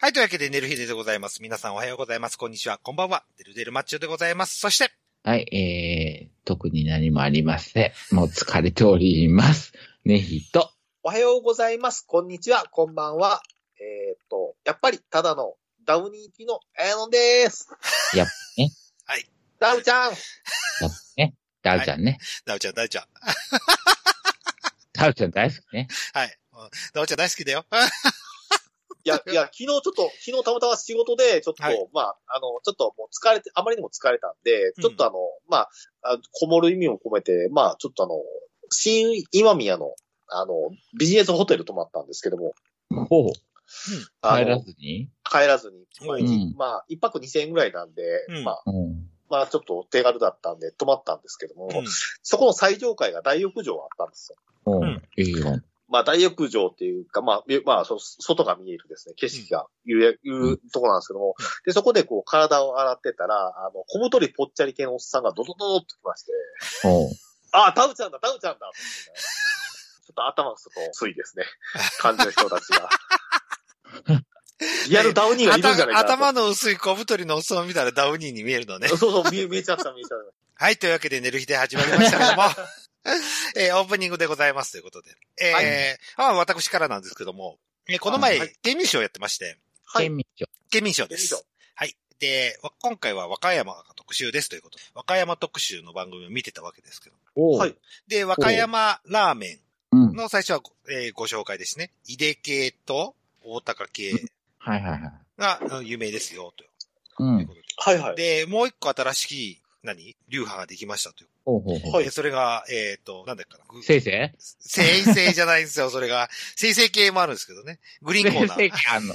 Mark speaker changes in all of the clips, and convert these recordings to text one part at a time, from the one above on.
Speaker 1: はい、というわけで、寝る日でございます。皆さんおはようございます。こんにちは。こんばんは。デルデルマッチョでございます。そして、
Speaker 2: はい、えー、特に何もありません。もう疲れております。 ねひと。
Speaker 3: おはようございます。こんにちは。こんばんは。えーっと、やっぱりただのダウニー行きのエノンです。
Speaker 2: やっぱね。
Speaker 1: はい。
Speaker 3: ダウちゃん。
Speaker 2: だね。ダウちゃんね。
Speaker 1: ダウちゃん、ダウちゃん。
Speaker 2: ダウちゃん大好きね。
Speaker 1: はい。うんダウちゃん大好きだ よ。
Speaker 3: いや、いや、昨日ちょっと、昨日たまたま仕事で、ちょっと、
Speaker 1: はい
Speaker 3: まあ、あの、ちょっともう疲れて、あまりにも疲れたん
Speaker 1: う
Speaker 3: で、
Speaker 1: ん
Speaker 3: ちょっとあの、まあ、あこもる意味を込めて、まあ、ちょっとあの、新今宮の、あの、ビジネスホテル泊まったんですけども、
Speaker 2: ほう。
Speaker 3: あ
Speaker 2: 帰
Speaker 3: の
Speaker 2: らずに
Speaker 3: 帰らずに、
Speaker 1: う
Speaker 2: うん。
Speaker 3: まあ、一泊二千円ぐらいなんで、
Speaker 1: うん
Speaker 3: まあ、
Speaker 2: うん。
Speaker 3: まあ、ちょっと手軽だったんで、泊まったんですけども、
Speaker 1: うん
Speaker 3: そこの最上階が大浴場があったんですよ。
Speaker 2: ほ
Speaker 1: う
Speaker 2: うんん。いいよ。
Speaker 3: まあ、大浴場っていうか、まあ、ゆまあ、そ外が見えるですね、景色が、いう、いうところなんですけども、で、そこでこう、体を洗ってたら、あの、小太りぽっちゃり系のおっさんがドドドドッと来まして、
Speaker 2: ほう。
Speaker 3: ああ、タウちゃんだ、タウちゃんだって言ってねちょっと頭がちょっと薄いですね。感じの人たち が。リアルダウニーがいるんじゃない
Speaker 1: 頭
Speaker 3: かなと。
Speaker 1: 頭の薄い小太りのおっさんを見たらダウニーに見えるのね。
Speaker 3: そうそう、見え見えちゃった、見えちゃった。
Speaker 1: はい、というわけで寝る日で始まりましたけども、 えーオープニングでございますということで。えーあ私からなんですけども、えーこの前、
Speaker 3: はい
Speaker 1: 県民賞やってまして、
Speaker 3: はい。
Speaker 2: 県民賞。
Speaker 1: 県民賞で
Speaker 3: 県民
Speaker 1: す。はい。で、わ今回は和歌山が特集ですということで。和歌山特集の番組を見てたわけですけど。
Speaker 2: ほう。
Speaker 3: はい。
Speaker 1: で、和歌山ラーメ
Speaker 2: うん。
Speaker 1: ン
Speaker 2: はい
Speaker 1: の最初はご,、えーご紹介ですね。井出系と大高系
Speaker 2: はいはい。
Speaker 1: がうん有名ですよ、とい
Speaker 2: う。
Speaker 1: うんことで。
Speaker 3: はいはい。
Speaker 1: で、もう一個新しい、何流派ができましたという。
Speaker 2: ほうほうほ
Speaker 3: は
Speaker 2: う。
Speaker 3: い
Speaker 1: でそれが、えっ、と、なんだっけかな。ぐ
Speaker 2: 先生
Speaker 1: 生成じゃないんですよ、それが。 生成系もあるんですけどね。グリーンコーナ
Speaker 2: 先
Speaker 1: ー。
Speaker 2: 生あんの。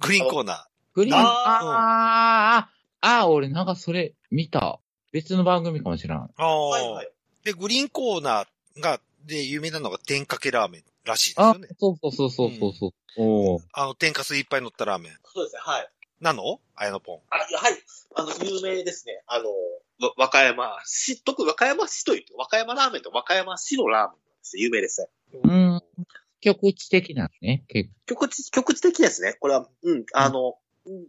Speaker 1: グリーンコーナー。
Speaker 2: グリーン、
Speaker 3: あー
Speaker 2: あー、あー、俺なんかそれ見た。別の番組かもしらん。
Speaker 1: ああ、
Speaker 3: はいはい。
Speaker 1: で、グリーンコーナーが、で、有名なのが天かけラーメンらしいです
Speaker 2: あ
Speaker 1: よね。、
Speaker 2: そうそうそうそうそうそう。おー。
Speaker 1: あの、天かすいっぱい乗ったラーメン。
Speaker 3: そうですね、はい。
Speaker 1: なのあやのぽん。
Speaker 3: あ、いやはい。あの、有名ですね。あの、わ和歌山市、特に和歌山市というと、和歌山ラーメンと和歌山市のラーメンなんですね有名ですね。
Speaker 2: うん。局地的なのね、結
Speaker 3: 局地、局地的ですね。これは、うん、あの、うん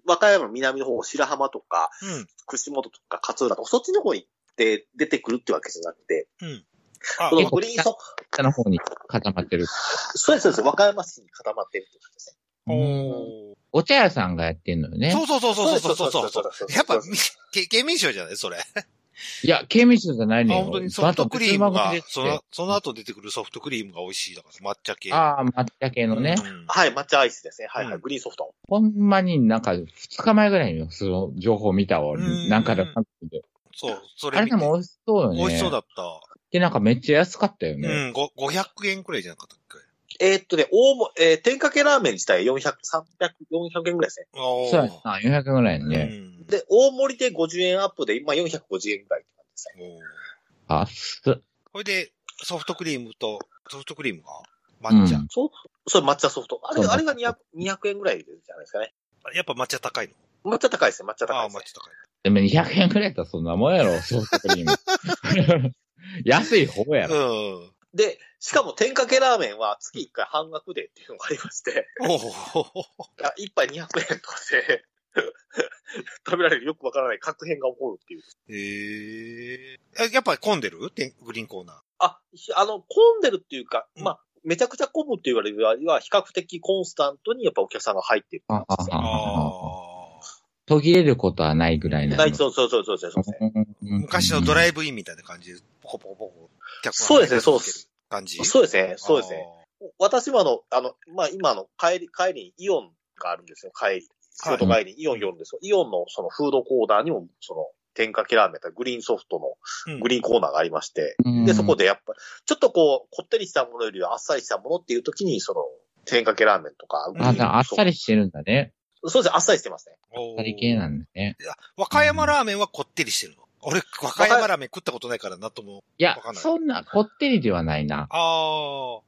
Speaker 3: 和歌山の南の方、白浜とか、
Speaker 1: うん。
Speaker 3: 串本とか勝浦とか、そっちの方に行って出てくるってわけじゃなくて、
Speaker 1: うん。あ
Speaker 3: この
Speaker 2: 結構
Speaker 3: グリーンソ
Speaker 2: 果の方に固まってる。
Speaker 3: そうです、そうです。和歌山市に固まってるってことですね。
Speaker 1: おー
Speaker 2: お茶屋さんがやってんのよね。
Speaker 1: そうそうそうそうそうそうそう
Speaker 3: そうそうそうそうそう
Speaker 1: やっぱ、みけ県民賞じゃないそれ。あ、
Speaker 2: いや、刑務所じゃないのよ。
Speaker 1: 本当にソフトクリーム
Speaker 2: バ
Speaker 1: が
Speaker 2: トル、
Speaker 1: そ
Speaker 2: 番組で
Speaker 1: の、その後出てくるソフトクリームが美味しいだから、抹茶系。
Speaker 2: ああ、抹茶系のね。
Speaker 1: うん
Speaker 3: はい、抹茶アイスですね。はい、は
Speaker 1: う
Speaker 3: い、
Speaker 1: ん
Speaker 3: グリーンソフト。
Speaker 2: ほんまになんか、二日前ぐらいによその情報見たわ、
Speaker 1: う
Speaker 2: 俺。
Speaker 1: ん
Speaker 2: なんかだかんだで。
Speaker 1: そう、そ
Speaker 2: あ
Speaker 1: れ
Speaker 2: れ
Speaker 1: 見
Speaker 2: で
Speaker 1: て。
Speaker 2: も美味しそうよね。
Speaker 1: 美味しそうだ
Speaker 2: っ
Speaker 1: った。
Speaker 2: てなんかめっちゃ安かったよ
Speaker 1: う
Speaker 2: ね。
Speaker 1: ん、ご500円くらいじゃなかったっけ
Speaker 3: えーっとね、大も、えー、天かけラーメン自体400、300、400円ぐらいですね。
Speaker 1: おー
Speaker 2: そうやな、400円ぐらいね。
Speaker 1: うん
Speaker 3: で、大盛りで50円アップで、今450円ぐらいって感じですね。
Speaker 1: おー
Speaker 2: あ、す、
Speaker 1: これで、ソフトクリームと、ソフトクリームが抹茶
Speaker 2: うん。
Speaker 3: そう、それ抹茶ソフト。あれ、
Speaker 2: そう
Speaker 3: あれが 200, 200円ぐらいじゃないですかね。
Speaker 1: やっぱ抹茶高いの
Speaker 3: 抹茶高いですね、抹茶高
Speaker 1: ああ
Speaker 3: い
Speaker 1: ー、
Speaker 3: で
Speaker 1: 抹
Speaker 3: す、ね。
Speaker 1: 茶高い。
Speaker 2: でも200円ぐらいだったらそんなも んやろ、ソフトクリーム。 安い方やろ。
Speaker 1: うん。
Speaker 3: で、しかも天かけラーメンは月1回半額でっていうのがありまして、
Speaker 1: おお。
Speaker 3: あ1杯200円とかで 食べられるよくわからない確変が起こるっていう。
Speaker 1: ええやっぱ混んでるてグリーンコーナー。
Speaker 3: あ、ひあの、混んでるっていうか、
Speaker 1: うん
Speaker 3: まあ、めちゃくちゃ混むって言われるよりは、比較的コンスタントにやっぱお客さんが入ってる。
Speaker 2: ああああ
Speaker 1: あ
Speaker 2: 途切れることはないぐらいなの。
Speaker 3: そうそうそうそうそうそうですね。
Speaker 1: あ。昔のドラ
Speaker 2: イ
Speaker 1: イブインみたいな感じで、ポコポコポコ、客
Speaker 3: そうですねそうで
Speaker 1: ですす。感じ
Speaker 3: そうですね、そうですね。
Speaker 1: あ
Speaker 3: 私もあの、あの、まあ、今の帰り、帰りにイオンがあるんですよ、帰り。仕事帰りにイオン寄るんですよ。イオンのそのフードコーナーにも、その、天かけラーメンとかグリーンソフトの
Speaker 1: ー。うん
Speaker 3: グリーンコーナーがありまして、
Speaker 2: ブ
Speaker 3: で、そこでやっぱ、ちょっとこう、こってりしたものよりはあっさりしたものっていう時に、その、天かけラーメンとか、グリー
Speaker 2: あ、
Speaker 3: ンソフト
Speaker 2: あっさりしてるんだね。
Speaker 3: そうですね、あっさりしてますね。
Speaker 2: あっさり系な
Speaker 1: の
Speaker 2: んだね。
Speaker 1: 和歌山ラーメンはこってりしてるの。俺、和歌山ラーメン食ったことないからなとも。
Speaker 2: いや
Speaker 1: わかん、ない
Speaker 2: そんな、こってりではないな。
Speaker 1: あ
Speaker 2: こ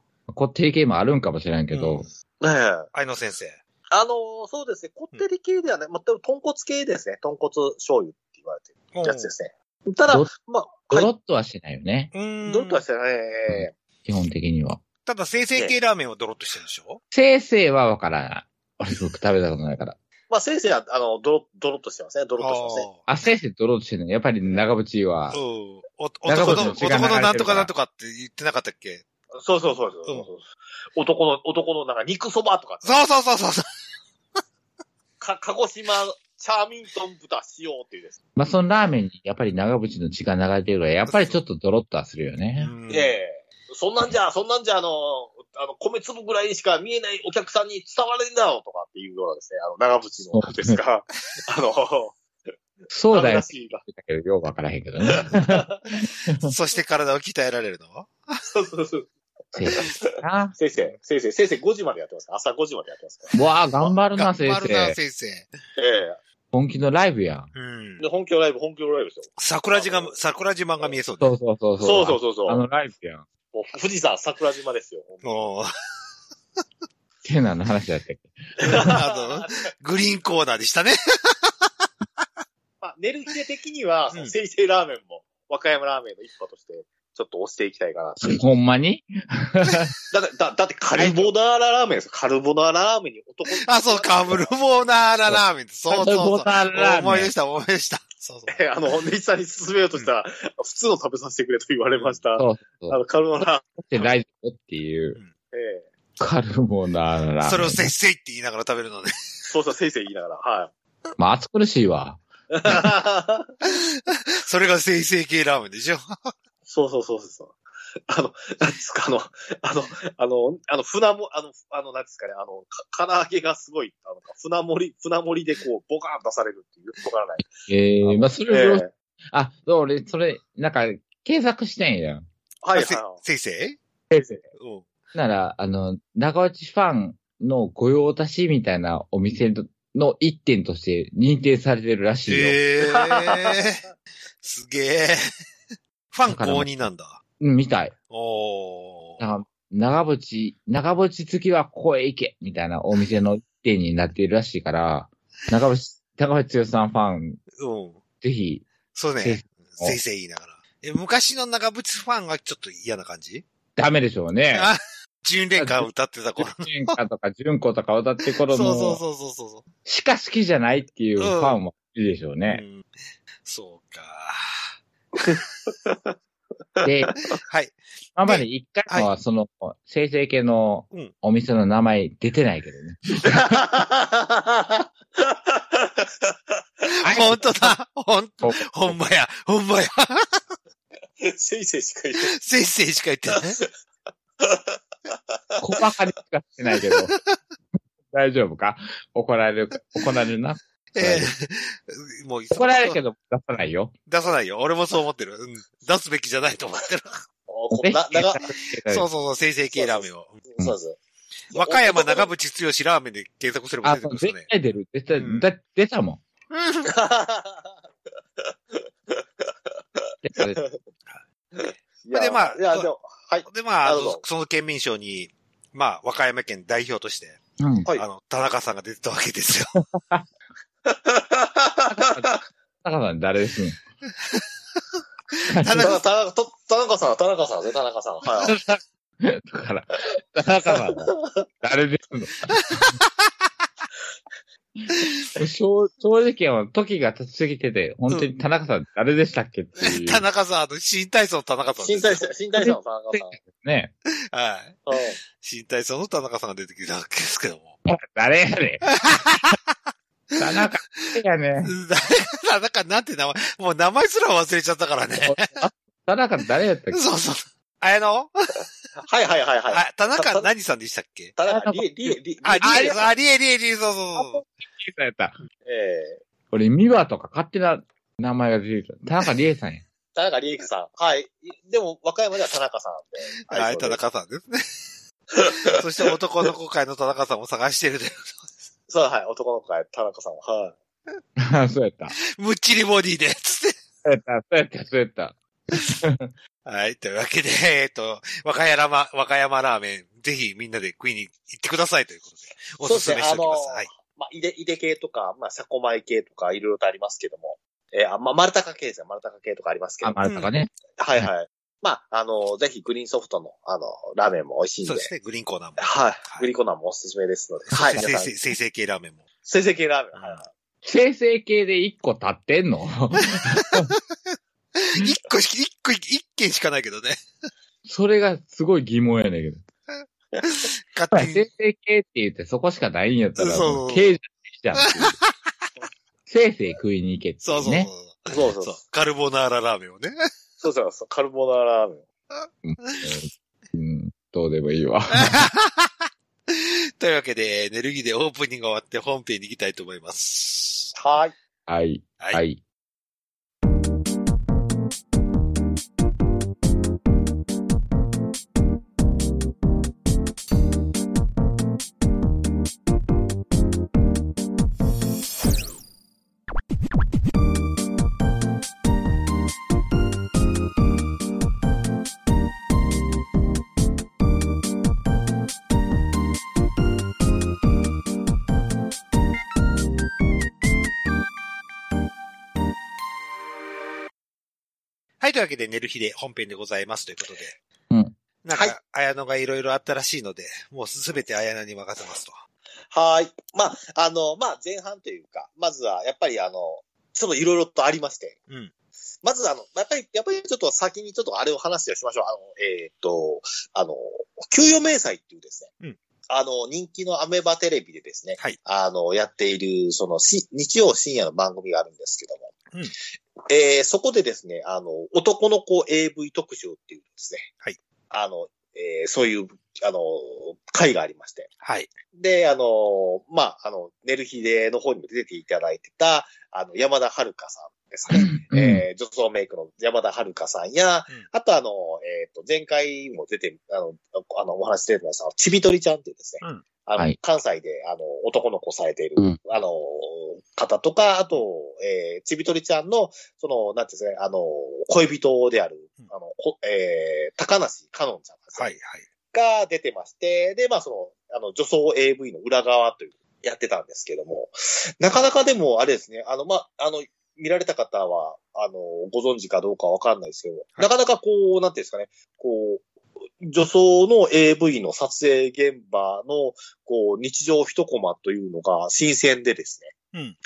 Speaker 2: ってり系もあるんかもしれんけ
Speaker 1: うん
Speaker 2: ど。
Speaker 3: ねえ。
Speaker 1: あ。愛の先生。
Speaker 3: あのーそうですね、こってり系ではね、まあ、でも豚骨系ですね、豚骨醤油って言われて
Speaker 1: う
Speaker 3: るやつですね。ただ
Speaker 2: ど、
Speaker 3: まあ、
Speaker 2: ド
Speaker 3: は
Speaker 2: ロ
Speaker 3: い、
Speaker 2: ッとはしないよね。
Speaker 1: ん。
Speaker 3: どうかしたらね、
Speaker 2: 基本的には。
Speaker 1: ただ、生成系ラーメンはドロッとしてるでしょ
Speaker 2: せいせいはわからない。俺僕食べたことないから。
Speaker 3: まあ、先生は、あの、ドロ、ドロッとしてますね。ドロッとしてますね。
Speaker 2: あ、先生ドローとしてるのやっぱり長渕
Speaker 1: あ
Speaker 2: は
Speaker 1: ー、うん。お
Speaker 2: 長
Speaker 1: 男
Speaker 2: 渕
Speaker 1: の、
Speaker 2: の血
Speaker 1: 男
Speaker 2: が流
Speaker 1: のな
Speaker 2: れてるから
Speaker 1: んとかなんとかって言ってなかったっけ
Speaker 3: そうそうそうそうそう男の、男のなんか肉そばとか、
Speaker 1: そうそうそうそうそう。
Speaker 3: か、鹿児島チャーミントン豚塩っていうです。
Speaker 2: まあそのラーメンにやっぱり長渕の血が流れてるから、やっぱりちょっとドロッとはするよね。
Speaker 1: うん
Speaker 3: ええそんなんじゃ、そんなんじゃ、あの、あの、米粒ぐらいしか見えないお客さんに伝われんだろうとかっていうようなですね、あの、長渕のですが、あの、
Speaker 2: そうだよ
Speaker 3: ら
Speaker 2: って
Speaker 3: しいが。
Speaker 2: 言ったけど、よくわからへんけどね。
Speaker 1: そして体を鍛えられるのは
Speaker 3: そうそうそう。
Speaker 2: 先生だな。
Speaker 3: 先生、先生、先生5時までやってますから朝5時までやってますから。
Speaker 2: うわあ、頑張るな、先
Speaker 1: 頑張るな
Speaker 2: 生。
Speaker 1: 先生。
Speaker 3: え
Speaker 2: 本気のライブやん。
Speaker 1: うん
Speaker 3: え。で、本教ライブ、本教ライブですよ。
Speaker 1: 桜島、桜島が見えそうだ
Speaker 2: そ
Speaker 1: ね。
Speaker 2: うそうそう。
Speaker 3: そうそううそうそう
Speaker 2: あ。のライブやん。
Speaker 3: もう富士山桜島ですよ。
Speaker 1: おー
Speaker 2: セナの話だったっけ
Speaker 1: あの、グリーンコーナーでしたね。
Speaker 3: まあ、ネルヒデ的には、
Speaker 1: うん
Speaker 3: 生成ラーメンも、和歌山ラーメンの一派として、ちょっと押していきたいかなっていう。
Speaker 2: ほんまに
Speaker 3: だって、だだってカルボナーララーメンですよカルボナーララーメンに男の
Speaker 1: あ、そう、カブルボーナーララーメン。そうそうそう
Speaker 2: ボ。タンラー
Speaker 1: 思い
Speaker 2: メ
Speaker 1: 出
Speaker 2: ン
Speaker 1: し。た、思い出した。そうそう。
Speaker 3: えーあの、ネイさんに勧めようとしたら、 普通の食べさせてくれと言われました。あ
Speaker 2: そうそう。だ
Speaker 3: の、カルボナーラ
Speaker 2: ってライブっていう、
Speaker 3: ええ
Speaker 2: カルボナーラーメン。
Speaker 1: それをせっせいって言いながら食べるのね。
Speaker 3: そうそう、先生言いながら、はい。
Speaker 2: まあ、暑苦しいわ。
Speaker 1: それがせいせい系ラーメンでしょ。
Speaker 3: そうそうそうそう。あの、なんですか、あの、あの、あの、あの、船も、あの、あの、なんですかね、あの、か唐揚げがすごい、あの、船盛り、船盛りでこう、ボカーン出されるっていう、わからない。
Speaker 2: ええ
Speaker 3: あ
Speaker 2: まあ、それを、
Speaker 3: ええ
Speaker 2: あ、そう、俺、それ、なんか、検索してんやん。
Speaker 3: はいはい
Speaker 1: せ
Speaker 3: は
Speaker 1: せいせ
Speaker 2: 先生。
Speaker 1: いうん。
Speaker 2: なら、あの、長内ファンの御用達みたいなお店の一点として認定されてるらしいよ。
Speaker 1: ええー。 すげえ。 ファン公認なんだ。
Speaker 2: うん、みたい。
Speaker 1: お
Speaker 2: だ
Speaker 1: ー。
Speaker 2: から長渕、長渕月はここへ行けみたいなお店の一点になっているらしいから、長渕、長渕剛さんファン、
Speaker 1: うん。
Speaker 2: ぜひ、
Speaker 1: そう
Speaker 2: せい
Speaker 1: ね。せいせい言いながら。え、昔の長渕ファンがちょっと嫌な感じ
Speaker 2: ダメでしょ うね。
Speaker 1: あ純恋歌を歌ってた頃。
Speaker 2: 純歌とか純子とか歌って頃
Speaker 1: そうそう
Speaker 2: の、
Speaker 1: そうそうそう。
Speaker 2: しか好きじゃないっていうファンもいるでしょう
Speaker 1: う
Speaker 2: ね。
Speaker 1: ん、そうか。
Speaker 2: で、
Speaker 1: はい。
Speaker 2: 今まで一回もはその、生成系の
Speaker 1: うん
Speaker 2: お店の名前出てないけどね。
Speaker 1: 本当だ。ほん、
Speaker 2: そう
Speaker 1: ほんまや。ほんまや。
Speaker 3: い。先生しか言ってない。
Speaker 1: 先生しか言 ってない。
Speaker 2: 小馬鹿にしかしてな いけど。大丈夫か怒られるか怒られるな
Speaker 1: ええもういっそ
Speaker 2: 怒られるけど出さないよ。
Speaker 1: 出さないよ。俺もそう思ってる。うん、出すべきじゃないと思ってる。
Speaker 3: おこ
Speaker 2: ぜひ
Speaker 3: な長
Speaker 2: 検索していただいて
Speaker 1: そうそうそう、先生系ラーメンを。
Speaker 2: ん
Speaker 3: そうです。
Speaker 1: 和歌山長
Speaker 3: 渕。
Speaker 1: 渕剛ラーメンで検索すれば
Speaker 2: あ、
Speaker 1: 出て
Speaker 2: そ
Speaker 1: く
Speaker 2: う
Speaker 1: るんですかね
Speaker 2: 絶。対出る。絶対、
Speaker 1: うん
Speaker 2: だ出たも ん。
Speaker 1: うん
Speaker 2: 出た出た
Speaker 3: いや
Speaker 1: でまあ
Speaker 3: いや、でも、はい。
Speaker 1: で、まあ、あ
Speaker 3: なるほ
Speaker 1: の
Speaker 3: ど
Speaker 1: その県民賞に、まあ、和歌山県代表として、
Speaker 2: うん。
Speaker 3: はい
Speaker 1: あの、田中さんが出てたわけですよ。
Speaker 2: 高さん誰ですの
Speaker 1: 田
Speaker 3: 田中
Speaker 1: 中、
Speaker 3: 田中と田中さん、田中さんね、田中 さん。はい。
Speaker 2: だから、高さん誰ですの正正直は時が経ちすぎてて、本当に田中さん誰でしたっけっていう。
Speaker 1: 田中さん、あの、新体操の田中さんで
Speaker 3: 新
Speaker 1: すよ。
Speaker 3: 体操、新体操の田中さ ん。
Speaker 2: ね。
Speaker 1: はい。
Speaker 3: うん
Speaker 1: 新体操の田中さんが出てきたわけですけども。
Speaker 2: 誰やねん。田中やねん。
Speaker 1: 田中なんて名前、もう名前すら忘れちゃったからね。
Speaker 2: 田中誰やったっけ
Speaker 1: そうそう。あやの
Speaker 3: はいはいはいはい。
Speaker 1: あ、田中何さんでしたっけ
Speaker 3: 田中、りえ、りえ、り
Speaker 1: あ、リエ、
Speaker 3: え。
Speaker 1: あ、リエ、リエ、リエ、そうそうそう。
Speaker 2: やった。
Speaker 3: ええ。
Speaker 2: 俺、ミワとか勝手な名前が出てきた。田中理恵さんや。
Speaker 3: 田中りえさん。はい。でも、和歌山では田中さんで。
Speaker 1: はい、田。中さんですね。 そして男の子会の田中さんを探してるという。
Speaker 3: そう、はい。男の子が田中さん。はい。
Speaker 2: あそうや った。
Speaker 1: むっちりボディで、つって。
Speaker 2: そうやった、そうやった、そうやった。
Speaker 1: はい、というわけで、えっと、和歌山、和歌山ラーメン、ぜひみんなで食いに行ってくださいということで、おすすめしておきます。
Speaker 3: そうですねあのー
Speaker 1: はい。
Speaker 3: まあ、いで、いで系とか、まあ、車庫前系とか、いろいろとありますけども。えー、あまあ、丸高系ですね。丸高系とかありますけど
Speaker 2: あ、
Speaker 3: も。
Speaker 2: まるたかね。
Speaker 3: はいはい。まあ、あの、ぜひグリーンソフトの、あの、ラーメンも美味しいんで。
Speaker 1: そうですね、グリーンコーナーも。
Speaker 3: はい。
Speaker 1: い
Speaker 3: グリコナンもおすすめですので。
Speaker 1: は。
Speaker 3: はいい。
Speaker 1: 生
Speaker 3: 皆さん
Speaker 1: 成、生成系ラーメンも。
Speaker 3: 生成系ラーメン。はいはい。
Speaker 2: 生成系で一個立ってんの
Speaker 1: 一個し、一個、一軒しかないけどね。
Speaker 2: それがすごい疑問やねんけど。
Speaker 1: 勝
Speaker 2: まあ
Speaker 1: 手に。
Speaker 2: 生成系って言ってそこしかないんやったら、
Speaker 1: そう
Speaker 2: もう経営じゃ んっていう。生成食いに行けってい
Speaker 1: そうそうそう。
Speaker 2: ね。
Speaker 3: そうそう
Speaker 1: そ
Speaker 3: そうう。
Speaker 1: カルボナーララーメンをね。
Speaker 3: そうそうそう。カルボナーラーメン。
Speaker 2: うん、どうでもいいわ。
Speaker 1: というわけで、エネルギーでオープニングが終わって本編に行きたいと思います。
Speaker 3: はい。
Speaker 2: はい。
Speaker 1: はい
Speaker 2: はい。
Speaker 1: はい、というわけで、寝る日で本編でございますということで。
Speaker 2: うん。
Speaker 1: なん
Speaker 3: はい
Speaker 1: か、綾野がいろいろあったらしいので、もうすべて綾野に任せますと。
Speaker 3: はい。まあ、あの、まあ、前半というか、まずは、やっぱりあの、そのいろいろとありまして。
Speaker 1: うん。
Speaker 3: まずあの、やっぱり、やっぱりちょっと先にちょっとあれを話をしましょう。あの、えーっと、あの、給与明細っていうですね。
Speaker 1: うん。
Speaker 3: あの、人気のアメバテレビでですね。
Speaker 1: はい。
Speaker 3: あの、やっている、その、し日曜深夜の番組があるんですけども。
Speaker 1: うん
Speaker 3: えーそこでですね、あの、男の子 AV 特集っていうですね。
Speaker 1: はい。
Speaker 3: あの、えーそういう、あの、会がありまして。
Speaker 1: はい。
Speaker 3: で、あの、まあ、あの、寝る日での方にも出ていただいてた、あの、山田遥さんですね。えー女装メイクの山田遥さんや、
Speaker 1: ん
Speaker 3: あとあの、えっ、と、前回も出て、あの、あのお話し出てました、ちびとりちゃんっていうですね、
Speaker 1: うん
Speaker 3: あの、
Speaker 2: はい
Speaker 3: 関西で、あの、男の子されている、
Speaker 2: うん
Speaker 3: あの、方とか、あと、えーちびとりちゃんの、その、なんていうんですかね、あの、恋人である
Speaker 1: うん、
Speaker 3: あの、こえー高梨香音ちゃんですね
Speaker 1: はい、はい。
Speaker 3: が出てまして、で、まあその、あの、女装 AV の裏側という、やってたんですけども、なかなかでも、あれですね、あの、まあ、あの、見られた方は、あの、ご存知かどうかわかんないですけど、
Speaker 1: い
Speaker 3: なかなかこう、なんていうんですかね、こう、女装の AV の撮影現場の、こう、日常一コマというのが新鮮でですね。
Speaker 1: うん。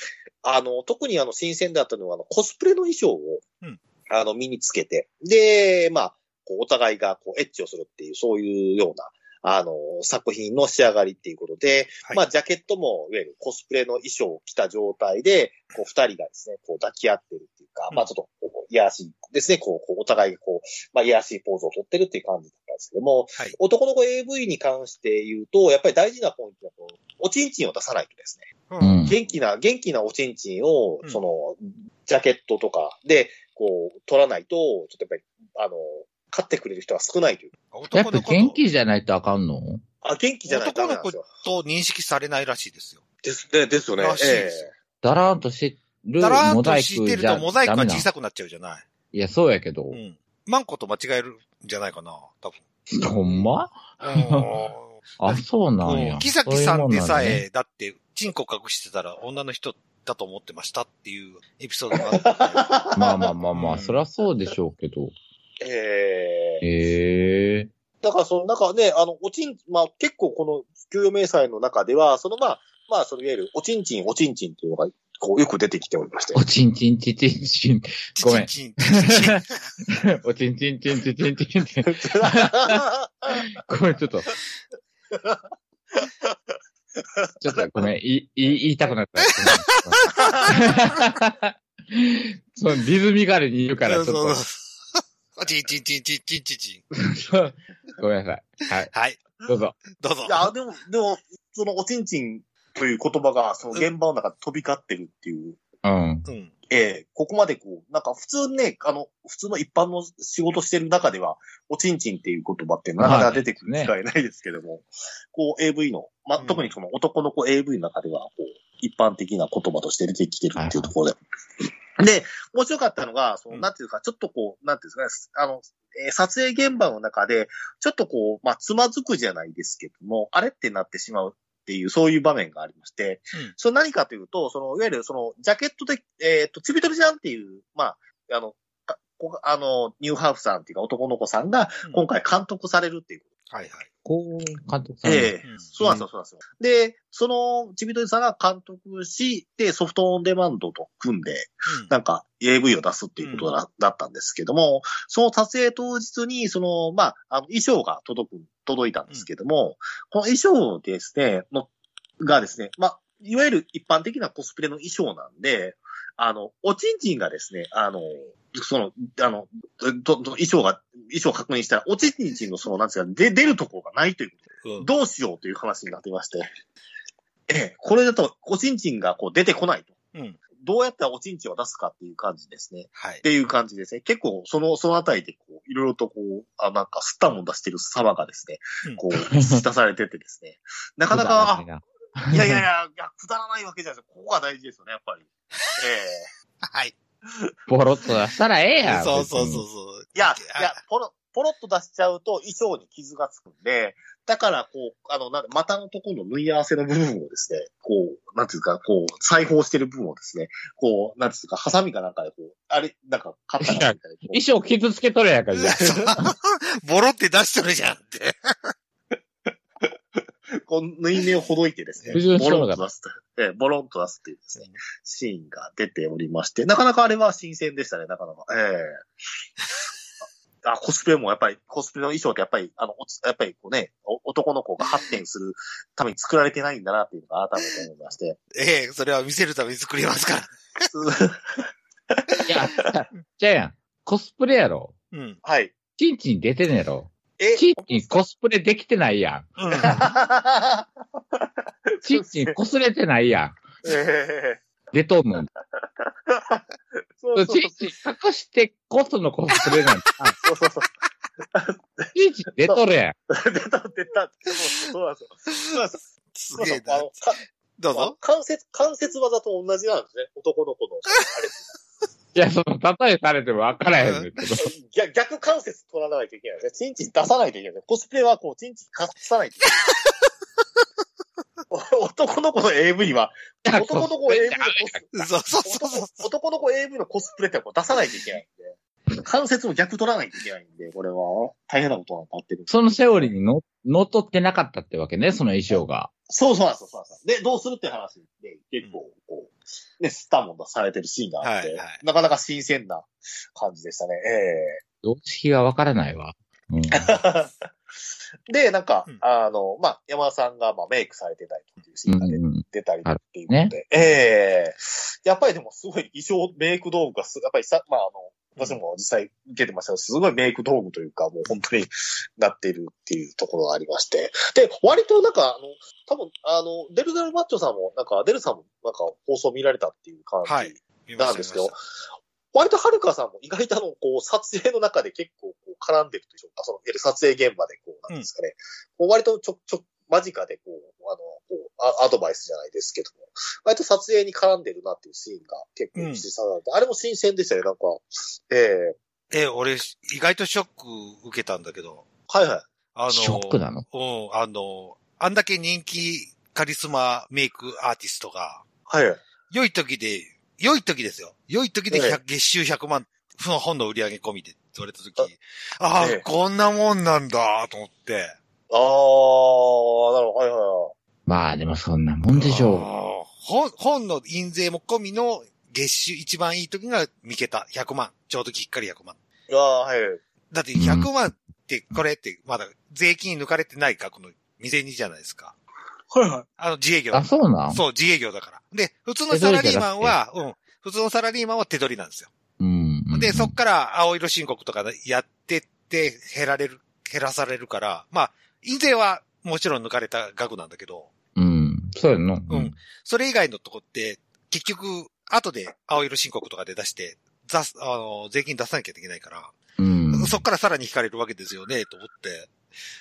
Speaker 3: あの、特にあの、新鮮だったのは、あの、コスプレの衣装を、
Speaker 1: うん
Speaker 3: あの、身につけて、で、まあ、こうお互いがこうエッチをするっていう、そういうような、あの、作品の仕上がりっていうことで、
Speaker 1: はい
Speaker 3: まあ、ジャケットも、いわゆるコスプレの衣装を着た状態で、こう、二人がですね、こう、抱き合ってるっていうか、
Speaker 1: うん
Speaker 3: まあ、ちょっと、こう、いやらしいですね、こう、こうお互いがこう、まあ、いやらしいポーズをとってるっていう感じだったんですけども、
Speaker 1: はい
Speaker 3: 男の子 AV に関して言うと、やっぱり大事なポイントは、こうおちんちんを出さないとですね、
Speaker 1: う。
Speaker 2: うんん。
Speaker 3: 元気な、元気なおちんちんを
Speaker 1: う、ん
Speaker 3: その、ジャケットとかで、こう、取らないと、ちょっとやっぱり、あの、買ってくれる人は少ないという。
Speaker 2: やっ
Speaker 1: 男
Speaker 2: ぱ
Speaker 1: の子
Speaker 2: 元
Speaker 1: と
Speaker 2: 気じゃないとあかんの
Speaker 3: あ、元気じゃないとダメなんですよ。
Speaker 1: と認識されないらしいですよ。
Speaker 3: です、でですよね。
Speaker 1: らしいですよ
Speaker 3: え
Speaker 2: だらーんとしてる
Speaker 1: だらー
Speaker 2: モ
Speaker 1: んと
Speaker 2: ザイク
Speaker 1: してる
Speaker 2: じゃ
Speaker 1: とモザイクが
Speaker 2: ダメな
Speaker 1: 小
Speaker 2: の
Speaker 1: さくなっちゃうじゃない。
Speaker 2: いや、そうやけど
Speaker 1: う。ん。マンコと間違えるんじゃないかな、多 分。
Speaker 2: ほんまあ、そうな
Speaker 1: うんん。
Speaker 2: や。
Speaker 1: 木崎さんでさ
Speaker 2: そういうもんなんや ね
Speaker 1: え、だって、チンコ隠してたら女の人だと思ってましたっていうエピソードがあったから
Speaker 2: まあまあまあま
Speaker 1: うん
Speaker 2: あ、そりゃそうでしょうけど。
Speaker 3: えええ
Speaker 2: ええ
Speaker 3: だからその、なんかね、あの、おちん、まあ結構この給与明細の中では、そのまあ、まあそのいわゆる、おちんちん、おちんちんっていうのが、こう、よく出てきており まして。
Speaker 2: おちんちんちちんちん。
Speaker 1: チ
Speaker 2: ごめ
Speaker 1: ン
Speaker 2: ん
Speaker 1: チンチンチンチン。
Speaker 2: おちんちんちんちんちんちんちん。
Speaker 3: は
Speaker 2: ごめん、ちょっと。ちょっとごめん、い、い、言いたくなった。そのリズミカルに言うから、ちょっと。
Speaker 1: そうそうそう。チンチンチンチンチンチンチン。
Speaker 2: ごめんなさい。はい、
Speaker 1: はい、
Speaker 2: どうぞ。
Speaker 1: どうぞ
Speaker 3: い。や、でも、でも、そのおちんちんという言葉が、その現場の中で飛び交ってるっていう。
Speaker 2: うん。
Speaker 1: うん。
Speaker 3: ええここまでこう、なんか普通ね、あの、普通の一般の仕事してる中では、おちんちんっていう言葉ってなかなか出てくる機会ないですけども、こう AV の、まあ、
Speaker 1: うん
Speaker 3: 特にその男の子 AV の中では、こう、一般的な言葉として出てきてるっていうところで。で、面白かったのが、その、
Speaker 1: うん
Speaker 3: なんていうか、ちょっとこう、なんていうんですかね、あの、えー撮影現場の中で、ちょっとこう、まあ、つまずくじゃないですけども、あれってなってしまうっていう、そういう場面がありまして、
Speaker 1: うん
Speaker 3: それ何かというと、その、いわゆるその、ジャケットで、えっ、と、ちびとりちゃんっていう、まあ、あの、かこがあの、ニューハーフさんっていうか男の子さんが、今回監督されるっていうこ
Speaker 1: はいはい。
Speaker 2: こう、監督さ
Speaker 3: と。
Speaker 2: ん。
Speaker 3: ええ
Speaker 1: うん
Speaker 3: そうなんですよ、そうなんですよ。で、その、ちびとりさんが監督し、で、ソフトオンデマンドと組んで、なんか AV を出すっていうことだ,、ったんですけども、その撮影当日に、その、まあ、あの衣装が届く、届いたんですけども、この衣装ですね、のがですね、まあ、いわゆる一般的なコスプレの衣装なんで、あの、おちんちんがですね、あの、その、あの、どど衣装が、衣装を確認したら、おちんちんのその、なんですか、で出るところがないという
Speaker 1: うん。
Speaker 3: どうしようという話になっていまして、ええ、これだと、おちんちんがこう出てこないと。
Speaker 1: うん
Speaker 3: どうやったらおちんちんを出すかっていう感じですね。
Speaker 1: はい
Speaker 3: っ。ていう感じですね。結構、その、そのあたりで、こう、いろいろとこう、あ、なんか、吸ったもん出してる様がですね
Speaker 1: うん、
Speaker 3: こう、突き出されててですね。なかな か、
Speaker 2: か、
Speaker 3: あいやいやいや、いやくだらないわけじゃないですここが大事ですよね、やっぱり。ええ
Speaker 1: はい。
Speaker 2: ボロッと出したらええやん。
Speaker 1: そうそうそう
Speaker 2: う。
Speaker 1: そう。
Speaker 3: いや、いや、ポロ、ポロッと出しちゃうと衣装に傷がつくんで、だから、こう、あの、なん股のところの縫い合わせの部分をですね、こう、なんていうか、こう、裁縫してる部分をですね、こう、なんていうか、ハサミかなんかでこう、あれ、なんか、カッターかみたいな。こう
Speaker 2: 衣装傷つけとるやんか、 じゃあ
Speaker 1: ボロって出してるじゃんって。
Speaker 3: こう、縫い目をほどいてですね
Speaker 2: 不純、
Speaker 3: ボ
Speaker 2: 症
Speaker 3: ロン
Speaker 2: だ
Speaker 3: と出す、ええボロンと出すっていうですね、シーンが出ておりまして、なかなかあれは新鮮でしたね、なかなか。ええあ、コスプレもやっぱり、コスプレの衣装ってやっぱり、あの、おつやっぱりこうね、お男の子が発展するために作られてないんだなっていうのが改めて思いまして。
Speaker 1: ええ、それは見せるために作りますから。
Speaker 2: いや、じゃあやん。コスプレやろ。
Speaker 1: うん。
Speaker 3: はい。
Speaker 2: チンチン出てんやろ。
Speaker 3: え
Speaker 2: チンチンコスプレできてないや
Speaker 1: うん。
Speaker 2: ん。チンチンこすれてないやん。
Speaker 3: ええ
Speaker 2: 出とんの。
Speaker 3: そうそう
Speaker 2: チンチン隠してこそのコスプレなんだ。
Speaker 3: そうそうそう。
Speaker 2: チンチン出とるやん。
Speaker 3: 出た、出た。そうなんですよ。そうなんですよ。
Speaker 1: す
Speaker 3: そう
Speaker 1: げ
Speaker 3: な
Speaker 1: え
Speaker 3: んですよあ
Speaker 1: な
Speaker 3: の。か
Speaker 1: どうぞ。
Speaker 3: 関節、関節技と同じなんですね。男の子の。
Speaker 2: いや、その、例えされても分からへんねんけど。
Speaker 3: 逆逆関節取らないといけないですね。チンチン出さないといけないですね。コスプレはこう、チンチン隠さないとい けない。男の子の AV は、男の子 AV のコス
Speaker 1: そうそうそうそう。
Speaker 3: 男の子 AV のコスプレってこう出さないといけないんで、関節も逆取らないといけないんで、これは大変なことになってる。
Speaker 2: そのセオリーにの、のっとってなかったってわけね、その衣装が。
Speaker 3: そうそうなんですよ、そうなんですよ。で、どうするって話で、結構、こう、ね、スタモン出されてるシーンがあって、
Speaker 1: はいはい
Speaker 3: なかなか新鮮な感じでしたね。ええ
Speaker 2: 常識が分からないわ。うん。
Speaker 3: で、なんか、
Speaker 1: うん
Speaker 3: あの、まあ、山田さんが、まあ、メイクされてたりっていうシーンが出
Speaker 2: うん うん
Speaker 3: 出たりっていうこと
Speaker 2: あ
Speaker 3: で、
Speaker 2: る
Speaker 3: ええやっぱりでもすごい衣装、メイク道具がす、やっぱりさ、まあ、あの、私も実際受けてましたけど、すごいメイク道具というか、もう本当になっているっていうところがありまして。で、割となんか、あの、多分、あの、デルデルマッチョさんも、なんか、デルさんも、なんか、放送見られたっていう感じ。
Speaker 1: はい見まし
Speaker 3: なん
Speaker 1: た
Speaker 3: ですけど、割とはるかさんも意外とあの、こう、撮影の中で結構こう絡んでるというか、その、いわゆる撮影現場でこう、なんですかね、こう割とちょ、ちょ、間近でこう、あの、こうア、アドバイスじゃないですけども、割と撮影に絡んでるなっていうシーンが結構実際されて、あれも新鮮でしたよ、なんか。ええ
Speaker 1: ええ、俺、意外とショック受けたんだけど。
Speaker 3: はいはい。
Speaker 1: あの、
Speaker 2: ショックなの
Speaker 1: うん、あの、あんだけ人気カリスマメイクアーティストが、
Speaker 3: はいはい。
Speaker 1: 良い時で、良い時ですよ。良い時で100、月収100万、その本の売り上げ込みでって言われた時、ああ、
Speaker 3: ええ
Speaker 1: こんなもんなんだ、と思って。
Speaker 3: あー、なるほど、はいはいはい。
Speaker 2: まあ、でもそんなもんでしょ
Speaker 1: ああ本、本の印税も込みの月収一番いい時が見けた。100万。ちょうどきっかり100万。
Speaker 3: ああ、はい。
Speaker 1: だって100万って、これって、まだ税金抜かれてない額の未然にじゃないですか。
Speaker 3: はいはい。
Speaker 1: あの、自営業
Speaker 2: う。あ、そうなん
Speaker 1: そう、自営業だから。で、普通のサラリーマンは、うん。普通のサラリーマンは手取りなんですよ。
Speaker 2: うん。うん
Speaker 1: で、そっから青色申告とかやってって減られる、減らされるから、まあ、印税はもちろん抜かれた額なんだけど、
Speaker 2: うん。そうやんの。
Speaker 1: うん。それ以外のとこって、結局、後で青色申告とかで出して、ざす、あの、税金出さなきゃいけないから、
Speaker 2: うん。
Speaker 1: そっからさらに引かれるわけですよね、と思って。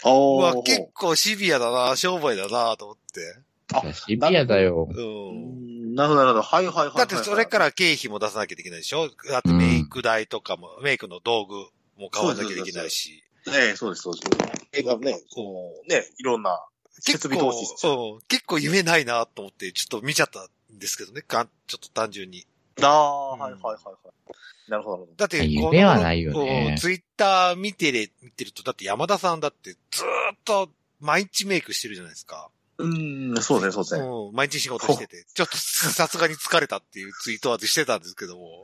Speaker 3: あ
Speaker 1: う
Speaker 3: ー
Speaker 1: わ、結構シビアだな、商売だな、と思って。
Speaker 3: あ
Speaker 2: シビアだよ。
Speaker 3: う
Speaker 1: うん。
Speaker 3: んなるほど、なるほど。はいはいはいはいはい。
Speaker 1: だってそれから経費も出さなきゃいけないでしょだってメイク代とかも、メイクの道具も買わなきゃいけないし。
Speaker 3: ねえ、そうです、そうです。映画ね、こう、ね、いろんな設
Speaker 1: 結
Speaker 3: 備
Speaker 1: 構、
Speaker 3: 投資して。
Speaker 1: うん結構夢ないなと思って、ちょっと見ちゃったんですけどね、かんちょっと単純に。
Speaker 3: ああ、
Speaker 1: うん
Speaker 3: はいはいはいはい。なるほど、なるほど。
Speaker 1: だって、
Speaker 2: 夢
Speaker 1: この
Speaker 2: はないよね
Speaker 1: うんツイッター見てれ、見てると、だって山田さんだってずーっと毎日メイクしてるじゃないですか。
Speaker 3: うん、そうですね、そうですね。
Speaker 1: うん、毎日仕事してて、ちょっとさすがに疲れたっていうツイートはしてたんですけども、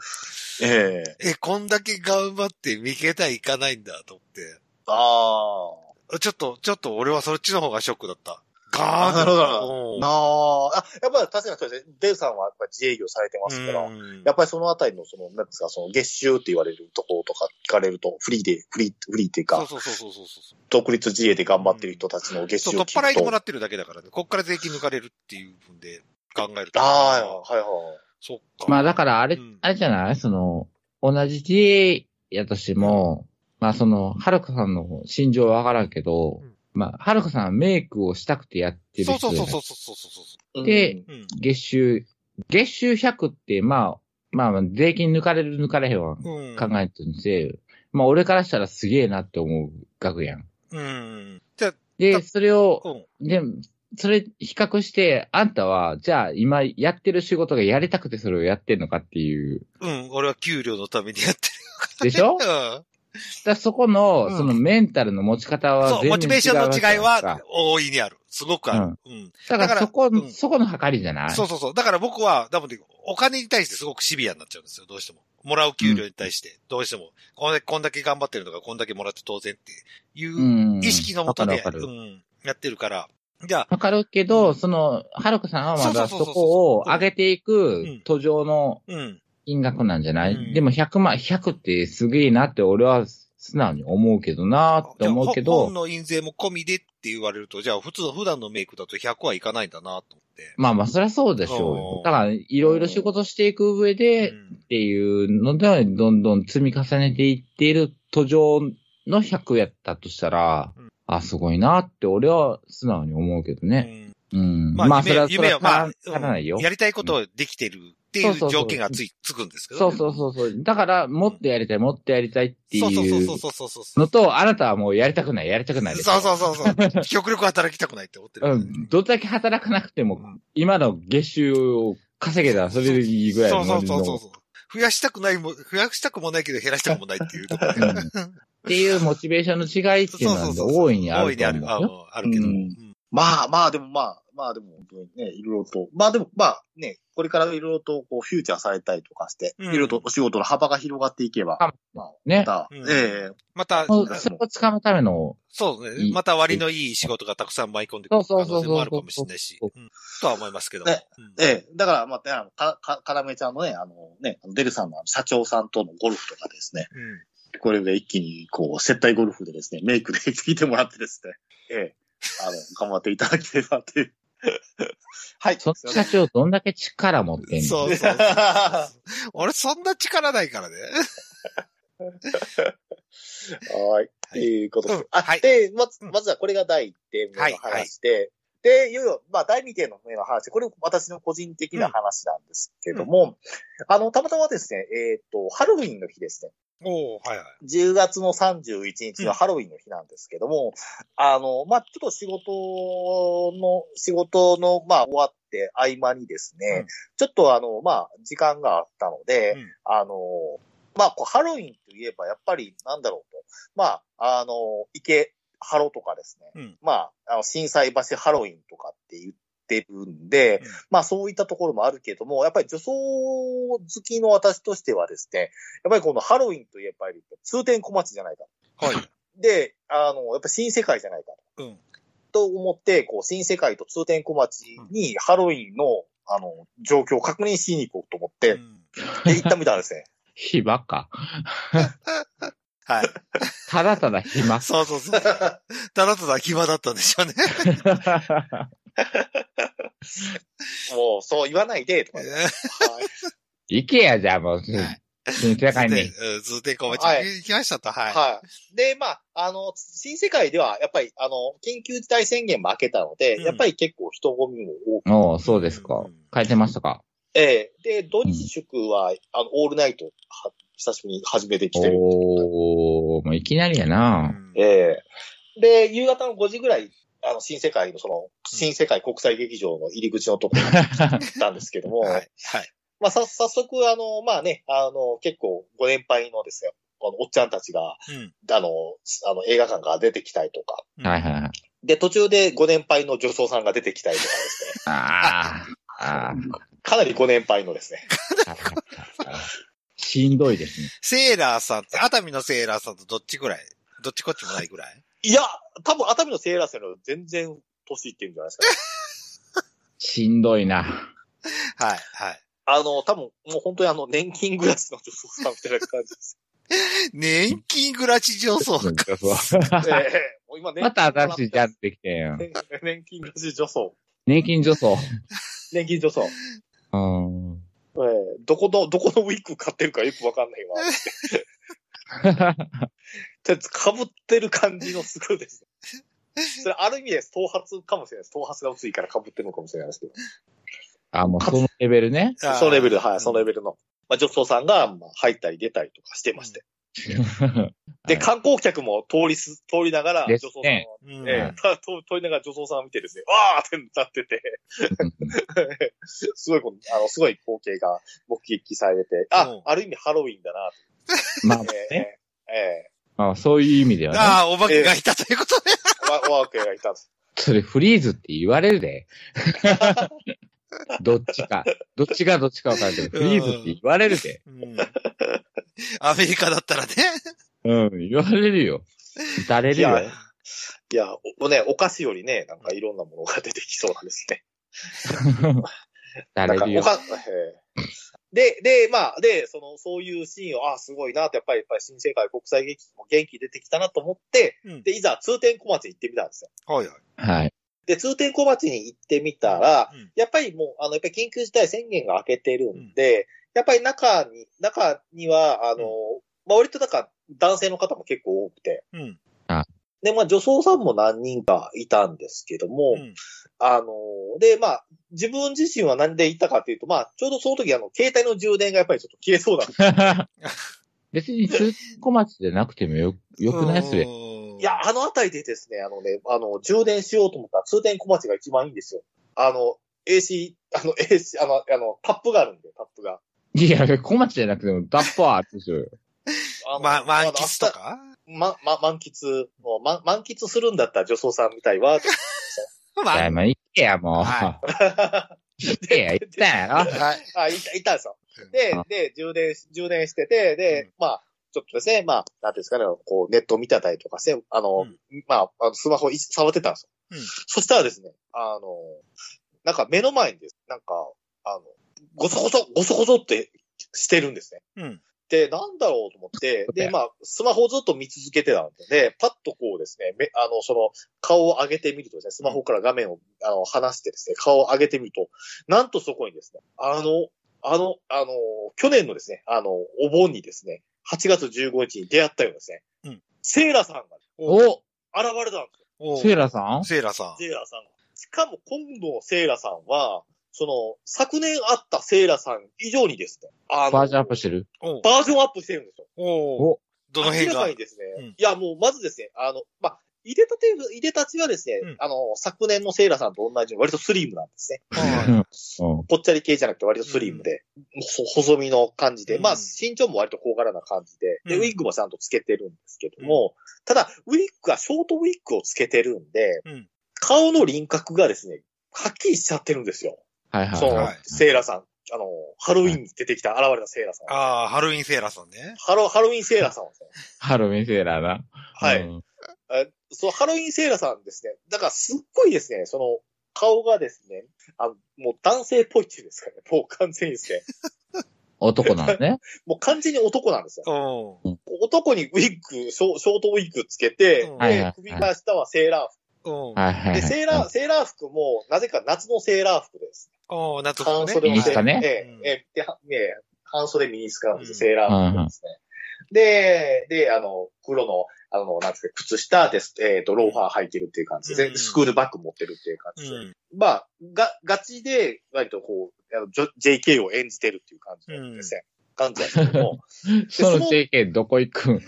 Speaker 3: ええ
Speaker 1: え、こんだけ頑張って見けたいかないんだと思って
Speaker 3: ああ。、
Speaker 1: ちょっと、ちょっと俺はそっちの方がショックだった。ガーン
Speaker 3: なるほどなる
Speaker 1: ほ
Speaker 3: なあ、あ、やっぱり確かにそうですね。デブさんはやっぱり自営業されてますから、やっぱりそのあたりの、その、なんですか、その月収って言われるところとか聞かれると、フリーで、フリー、フリーっていう
Speaker 1: そう
Speaker 3: か、
Speaker 1: そうそうそうそうそう。
Speaker 3: 独立自営で頑張ってる人たちの月
Speaker 1: そう、
Speaker 3: 収を
Speaker 1: 取っ払い
Speaker 3: 聞く
Speaker 1: ても
Speaker 3: と。
Speaker 1: らってるだけだからね。こっから税金抜かれるっていう分で考えると。
Speaker 3: ああ、はいはいはい。
Speaker 1: そっか。
Speaker 2: まあだからあれ、
Speaker 1: うん
Speaker 2: あれじゃないその、同じ TA やとしても、まあその、はるかさんの心情はわからんけど、
Speaker 1: うん
Speaker 2: まあ、はるかさんはメイクをしたくてやってる人
Speaker 1: そうそうそう
Speaker 2: じゃ
Speaker 1: そうそうそうそ
Speaker 2: ない
Speaker 1: う。
Speaker 2: で
Speaker 1: うんうん
Speaker 2: 月収、月収100って、まあ、まあまあ、税金抜かれる抜かれへんは
Speaker 1: うん。
Speaker 2: 考えてるんで、まあ俺からしたらすげえなって思う額やん。
Speaker 1: うん。じゃ
Speaker 2: で、
Speaker 1: だ
Speaker 2: それを
Speaker 1: あ、、うん。
Speaker 2: で、それ比較して、あんたは、じゃあ今やってる仕事がやりたくてそれをやってんのかっていう。
Speaker 1: うん。俺は給料のためにやって
Speaker 2: でしょ
Speaker 1: る。うん。
Speaker 2: だからそこの、
Speaker 1: うん
Speaker 2: そのメンタルの持ち方は全
Speaker 1: そう、モ
Speaker 2: 然違うわ
Speaker 1: チ
Speaker 2: け
Speaker 1: ベーションの違い
Speaker 2: じゃない
Speaker 1: は
Speaker 2: で
Speaker 1: 大いにある。すごくある。うん。
Speaker 2: すか
Speaker 1: だ
Speaker 2: だ
Speaker 1: か
Speaker 2: かららそこ、
Speaker 1: うん
Speaker 2: そこの計りじゃない。
Speaker 1: そうそうそう。だから僕は、多分ね、お金に対してすごくシビアになっちゃうんですよ、どうしても。もらう給料に対して、どうしても、こんだけこんだけ頑張ってるのが、こんだけもらって当然っていううん意識のもとで、
Speaker 2: わか
Speaker 1: う
Speaker 2: るわかる。
Speaker 1: ん、やってるから。じゃあ、
Speaker 2: わかるけど、その、はるかさんはまだ
Speaker 1: そうそう
Speaker 2: そ
Speaker 1: そうそう
Speaker 2: こを上げてい
Speaker 1: うん
Speaker 2: く途上の
Speaker 1: うん。
Speaker 2: 金額なんじゃない、
Speaker 1: うん
Speaker 2: でも100万、100ってすげえなって俺は素直に思うけどなって思うけ
Speaker 1: じゃあほ
Speaker 2: ど
Speaker 1: 本、の印税も込みでって言われると、じゃあ普通の普段のメイクだと100はいかないんだなと思って。
Speaker 2: まあまあそりゃそうでしょ
Speaker 1: うん
Speaker 2: う。だからいろいろ仕事していく上で、
Speaker 1: うん
Speaker 2: っていうので、どんどん積み重ねていっている途上の100やったとしたら、
Speaker 1: うん
Speaker 2: あ、すごいなって俺は素直に思うけどね。
Speaker 1: うん
Speaker 2: うん。
Speaker 1: まあ、
Speaker 2: まあ、そ
Speaker 1: 夢
Speaker 2: れは、そ
Speaker 1: 夢
Speaker 2: れ
Speaker 1: は、
Speaker 2: は
Speaker 1: まあ、
Speaker 2: 足らないよ
Speaker 1: うん。やりたいことをできてるってい
Speaker 2: そうそううそう
Speaker 1: 条件がつい、つくんですけど
Speaker 2: そう
Speaker 1: ね。
Speaker 2: そうそうそう。だから、もっとやりたい、もっとやりたいって
Speaker 1: そうそう
Speaker 2: い
Speaker 1: そううそうそうそうそう。
Speaker 2: のと、あなたはもうやりたくない、やりたくないです。
Speaker 1: そうそうそう そう。極力働きたくないって思ってる。
Speaker 2: うん。どれだけ働かなくても
Speaker 1: うん、
Speaker 2: 今の月収を稼げたらそれでいいぐらい
Speaker 1: そ
Speaker 2: の
Speaker 1: うそうそうそうそう。増やしたくないも、増やしたくもないけど減らしたくもないっていうところ
Speaker 2: うんっていうモチベーションの違いっていうのはね
Speaker 1: そうそうそうそう
Speaker 2: 大いにあ
Speaker 1: 大
Speaker 2: る
Speaker 1: いに
Speaker 2: と
Speaker 1: あ
Speaker 2: 思う
Speaker 1: る。
Speaker 2: よ。
Speaker 1: あもうあるけど。
Speaker 3: う
Speaker 1: うんん
Speaker 3: まあまあでもまあ、まあでも本当にね、いろいろと、まあでもまあね、これからいろいろとこうフューチャーされたりとかして、
Speaker 1: うん
Speaker 3: いろいろとお仕事の幅が広がっていけば、
Speaker 2: あ
Speaker 3: まあ、
Speaker 2: ね
Speaker 3: また、
Speaker 1: うん
Speaker 3: え
Speaker 1: また、
Speaker 2: もうそれをつかむための、
Speaker 1: そう
Speaker 2: い
Speaker 1: ね。
Speaker 2: い
Speaker 1: また割のいい仕事がたくさん舞い込んでくる可
Speaker 2: そうそ
Speaker 1: 能
Speaker 2: うそう
Speaker 1: 性
Speaker 2: そう
Speaker 1: もあるかもしれないし、うんとは思いますけども。
Speaker 3: ねえええだからまあ、ね、か、か、かなめちゃんのね、あのね、あのデルさんの社長さんとのゴルフとかですね、
Speaker 1: うんうん
Speaker 3: これで一気にこう、接待ゴルフでですね、メイクで聞いてもらってですね、ええあの、頑張っていただければっていう。 はい。
Speaker 2: その社
Speaker 3: すい
Speaker 2: 長どんだけ力持ってんの
Speaker 1: そうそうそう そう。俺そんな力ないからね。
Speaker 3: ませんはい。っていうことです。
Speaker 1: うん
Speaker 3: あ、
Speaker 1: はい
Speaker 3: で、まず、まずはこれが第1点目の
Speaker 1: はいはい
Speaker 3: 話で、で、いよいよ、まあ、第2点の目の話、これ私の個人的な話なんですけども、あの、たまたまですね、えっ、と、ハロウィンの日ですね、
Speaker 1: おおはいはい。
Speaker 3: 10月の31日のハロウィンの日なんですけども、あの、まあ、ちょっと仕事の、仕事の、まあ、終わって合間にですね、
Speaker 1: うん
Speaker 3: ちょっとあの、まあ、時間があったので、
Speaker 1: うん
Speaker 3: あの、まあ、こうハロウィンといえば、やっぱり、なんだろうと、まあ、あの、池、ハロとかですね、
Speaker 1: うん
Speaker 3: まあ、あの、震災橋ハロウィンとかって言ってるんで、
Speaker 1: うん
Speaker 3: まあ、そういったところもあるけども、やっぱり女装好きの私としてはですね、やっぱりこのハロウィンといえば、通天小町じゃないか。
Speaker 1: はい。
Speaker 3: で、あの、やっぱ新世界じゃないか
Speaker 1: うん。
Speaker 3: と思って、こう、新世界と通天小町にハロウィンの、あの、状況を確認しに行こうと思って、
Speaker 1: うん
Speaker 3: で、行ったみたいなんですね。
Speaker 2: 暇か。
Speaker 1: はい。。
Speaker 2: ただただ暇
Speaker 1: そうそう そう。ただただ暇だったんでしょうね。
Speaker 3: もう、そう言わないで、とか。はい。
Speaker 2: 行けや、じゃあもう。新世界に。
Speaker 1: うん通天小町
Speaker 3: はい
Speaker 1: 行きましたと、はい。
Speaker 3: はい。で、まあ、あの、新世界では、やっぱり、あの、緊急事態宣言も明けたので、
Speaker 1: うん
Speaker 3: やっぱり結構人混みも多く、
Speaker 2: おうそうですか
Speaker 1: うん。
Speaker 2: 変えてましたか
Speaker 3: ええで、土日祝は、あの、オールナイト、は久しぶりに始めてきてる。
Speaker 2: おー、もういきなりや
Speaker 1: う
Speaker 2: な。
Speaker 1: ん
Speaker 3: ええで、夕方の5時ぐらい、あの、新世界 の、その、新世界国際劇場の入り口のところに行ったんですけども、
Speaker 1: はい。はい。
Speaker 3: ままあ、さ、早速、あの、まあね、あの、結構、ご年配のですよ、あの、おっちゃんたちが、
Speaker 1: うん。
Speaker 3: あの、すあの、映画館から出てきたりとか、
Speaker 1: うん
Speaker 2: はいはいはい。
Speaker 3: で、途中でご年配の女装さんが出てきたりとかですね、
Speaker 2: ああ、ああ、
Speaker 3: かなりご年配のですね、
Speaker 2: しんどいですね。
Speaker 1: セーラーさんって、熱海のセーラーさんとどっちぐらいどっちこっちもないぐらい
Speaker 3: いや、多分、熱海のセーラーさんより全然、年いってるんじゃないですか、ね。
Speaker 2: しんどいな。
Speaker 1: はい、はい。
Speaker 3: あの、多分、もう本当にあの、年金暮らしの女装さんみたいな感じ です。
Speaker 1: 年金暮らし上層。
Speaker 3: ええもう今、年金
Speaker 2: また新しいジャンルできてんよ。
Speaker 3: 年金暮らし女装。
Speaker 2: 年金女装。
Speaker 3: 年金女装。
Speaker 2: うん。
Speaker 3: ええどこの、どこのウィッグ買ってるかよくわかんないわ。とりあえず被ってる感じのすごいですね。それある意味です。頭髪かもしれないです。頭髪が薄いから被ってるのかもしれないですけど。
Speaker 2: あ、もうそのレベルね。
Speaker 1: あー
Speaker 3: そのレベル、はい、そのレベルの。まあ、女装さんが、まあ、入ったり出たりとかしてまして。で、観光客も通りす、通りながら、
Speaker 2: で
Speaker 3: 女
Speaker 2: す
Speaker 3: 装さんを、
Speaker 2: ね
Speaker 1: うん
Speaker 3: ええ た通通りながら女装さんを見てですね、わーってなってて、 すごいこう、あの、すごい光景が目撃されて、あ、
Speaker 1: うん
Speaker 3: ある意味ハロウィンだな、
Speaker 2: まあ
Speaker 3: って、え
Speaker 2: ね、
Speaker 3: ええ
Speaker 2: まあそういう意味ではね。
Speaker 1: ああ、お化けがいたということね。
Speaker 3: えわ、ワークがいたんです。
Speaker 2: それフリーズって言われるで。どっちか。どっちがどっちか分かるけど、フリーズって言われるで。
Speaker 1: うんアメリカだったらね。
Speaker 2: うん、言われるよ。打たれるよ。
Speaker 3: いやいや、おね、お菓子よりね、なんかいろんなものが出てきそうなんですね。
Speaker 2: 打た
Speaker 3: なん
Speaker 2: れ
Speaker 3: か
Speaker 2: るよ
Speaker 3: お。か、ええで、で、まあ、で、その、そういうシーンを、あ、すごいなって、やっぱり、やっぱり新世界国際劇も元気出てきたなと思って、
Speaker 1: うん
Speaker 3: で、いざ通天小町に行ってみたんですよ。
Speaker 1: はいはい。
Speaker 2: はい。
Speaker 3: で、通天小町に行ってみたら、
Speaker 1: うん
Speaker 3: やっぱりもう、あの、やっぱり緊急事態宣言が明けてるんで、やっぱり中に、中には、あの、
Speaker 1: う
Speaker 3: まあ、割となんか、男性の方も結構多くて、
Speaker 1: うん。
Speaker 3: で、まあ、女装さんも何人かいたんですけども、
Speaker 1: うん
Speaker 3: あの、で、まあ、自分自身は何で行ったかっていうと、まあ、ちょうどその時、あの、携帯の充電がやっぱりちょっと切れそうなんで、
Speaker 2: 別に通小町じゃなくてもよ、よくないっす
Speaker 1: う
Speaker 2: ね。
Speaker 1: ん
Speaker 3: いや、あのあたりでですね、あのね、あの、充電しようと思ったら通電小町が一番いいんですよ。あの、AC、あの、AC、あの、あの、タップがあるんで、タップが。
Speaker 2: いや、小町じゃなくても、ダッパーあるでしょ。
Speaker 3: あの
Speaker 1: ま、満喫とか
Speaker 3: ま、ま、満喫、もう、ま、満喫するんだったら女装さんみたいわ、と
Speaker 2: い
Speaker 1: ま
Speaker 2: や、まあ、行けや、もう。
Speaker 1: は
Speaker 2: 行けや、行ったんやろ。
Speaker 1: はい。
Speaker 3: あ、いた、いたんですよ。で
Speaker 2: うん、
Speaker 3: で、充電し、充電してて、
Speaker 1: うん
Speaker 3: で、まあ、ちょっとですね、まあ、なんていうんですかね、こう、ネット見てたりとかして、あの、まあ、あのスマホい触ってたんですよ。
Speaker 1: うん
Speaker 3: そしたらですね、あの、なんか目の前にです、なんか、あの、ごそごそ、ごそごそってしてるんですね。
Speaker 1: うん。
Speaker 3: で、なんだろうと思って、
Speaker 2: だよ
Speaker 3: で、まあ、スマホをずっと見続けてたんで、パッとこうですね、目、あの、その、顔を上げてみるとですね、スマホから画面を、あの、離してですね、顔を上げてみると、なんとそこにですね、あの、あの、あの、去年のですね、あの、お盆にですね、8月15日に出会ったようなですね、
Speaker 1: うん
Speaker 3: セーラさんが
Speaker 2: お
Speaker 3: 現れたんですよ、
Speaker 1: お
Speaker 2: セイラさん
Speaker 1: セーラさん。
Speaker 3: セーラさんが。しかも今度のセーラさんは、その、昨年会ったセーラさん以上にですね、あの、
Speaker 2: バージョンアップしてる
Speaker 1: おう
Speaker 3: バージョンアップしてるんですよ。
Speaker 1: おう
Speaker 2: お
Speaker 1: どの辺
Speaker 3: 明ら
Speaker 1: が
Speaker 3: かにですね、
Speaker 1: うん
Speaker 3: いや、もうまずですね、あの、まあ、いでたて、いでたちはですね、
Speaker 1: うん
Speaker 3: あの、昨年のセイラさんと同じように割とスリムなんですね。
Speaker 1: は
Speaker 2: う
Speaker 1: い
Speaker 2: ん。
Speaker 3: ぽっちゃり系じゃなくて割とスリムで、ほ細身の感じで、
Speaker 1: うん
Speaker 3: まあ、身長も割と高柄な感じで、で、
Speaker 1: うん
Speaker 3: ウィッグもちゃんとつけてるんですけども、ただ、ウィッグがショートウィッグをつけてるんで、
Speaker 1: うん
Speaker 3: 顔の輪郭がですね、はっきりしちゃってるんですよ。
Speaker 2: はいはい
Speaker 3: そ
Speaker 2: は
Speaker 3: の
Speaker 2: い。、
Speaker 3: セイラさん、あの、ハロウィンに出てきた、現れたセイラさん。
Speaker 1: ああ、ハロウィンセーラさんね。
Speaker 3: ハロ、ハロウィンセイラさんはですね。
Speaker 2: ハロウィンセーラーな。
Speaker 3: はい。
Speaker 2: うん。
Speaker 3: えそう、ハロウィンセーラさんですね。だからすっごいですね、その、顔がですね、あもう男性っぽいっていうんですかね。もう完全にですね。
Speaker 2: 男なの ね。
Speaker 3: もう完全に男なんですよ。
Speaker 1: おう
Speaker 3: 男にウィッグ、ショショートウィッグつけて
Speaker 1: うん、
Speaker 2: はいはいは
Speaker 3: で
Speaker 2: い、
Speaker 3: 首から下はセーラ
Speaker 1: おう
Speaker 2: はいはい
Speaker 3: ー
Speaker 2: は
Speaker 3: 服。
Speaker 2: い。
Speaker 3: で、セーラー、セーラー服も、なぜか夏のセーラー服です。
Speaker 1: おう夏服
Speaker 3: 半
Speaker 1: ね。
Speaker 2: ミ
Speaker 3: 袖の
Speaker 2: ニス
Speaker 3: セー
Speaker 2: カ
Speaker 3: ラー
Speaker 2: ね
Speaker 3: 服。ええ、ええ、ではねえ半袖ミニスカなんですよセーラ
Speaker 2: うん
Speaker 3: ー服ですね。で、で、あの、黒の、あの、なんですか、靴下です、えっ、と、ローファー履いてるっていう感じで、
Speaker 1: うん
Speaker 3: でスクールバッグ持ってるっていう感
Speaker 1: う
Speaker 3: じで、
Speaker 1: ん。
Speaker 3: まあ、が、ガチで、割とこう、あのジョ JK を演じてるっていう感じなんですね。感じなんですけども。
Speaker 2: その JK どこ行くん
Speaker 3: い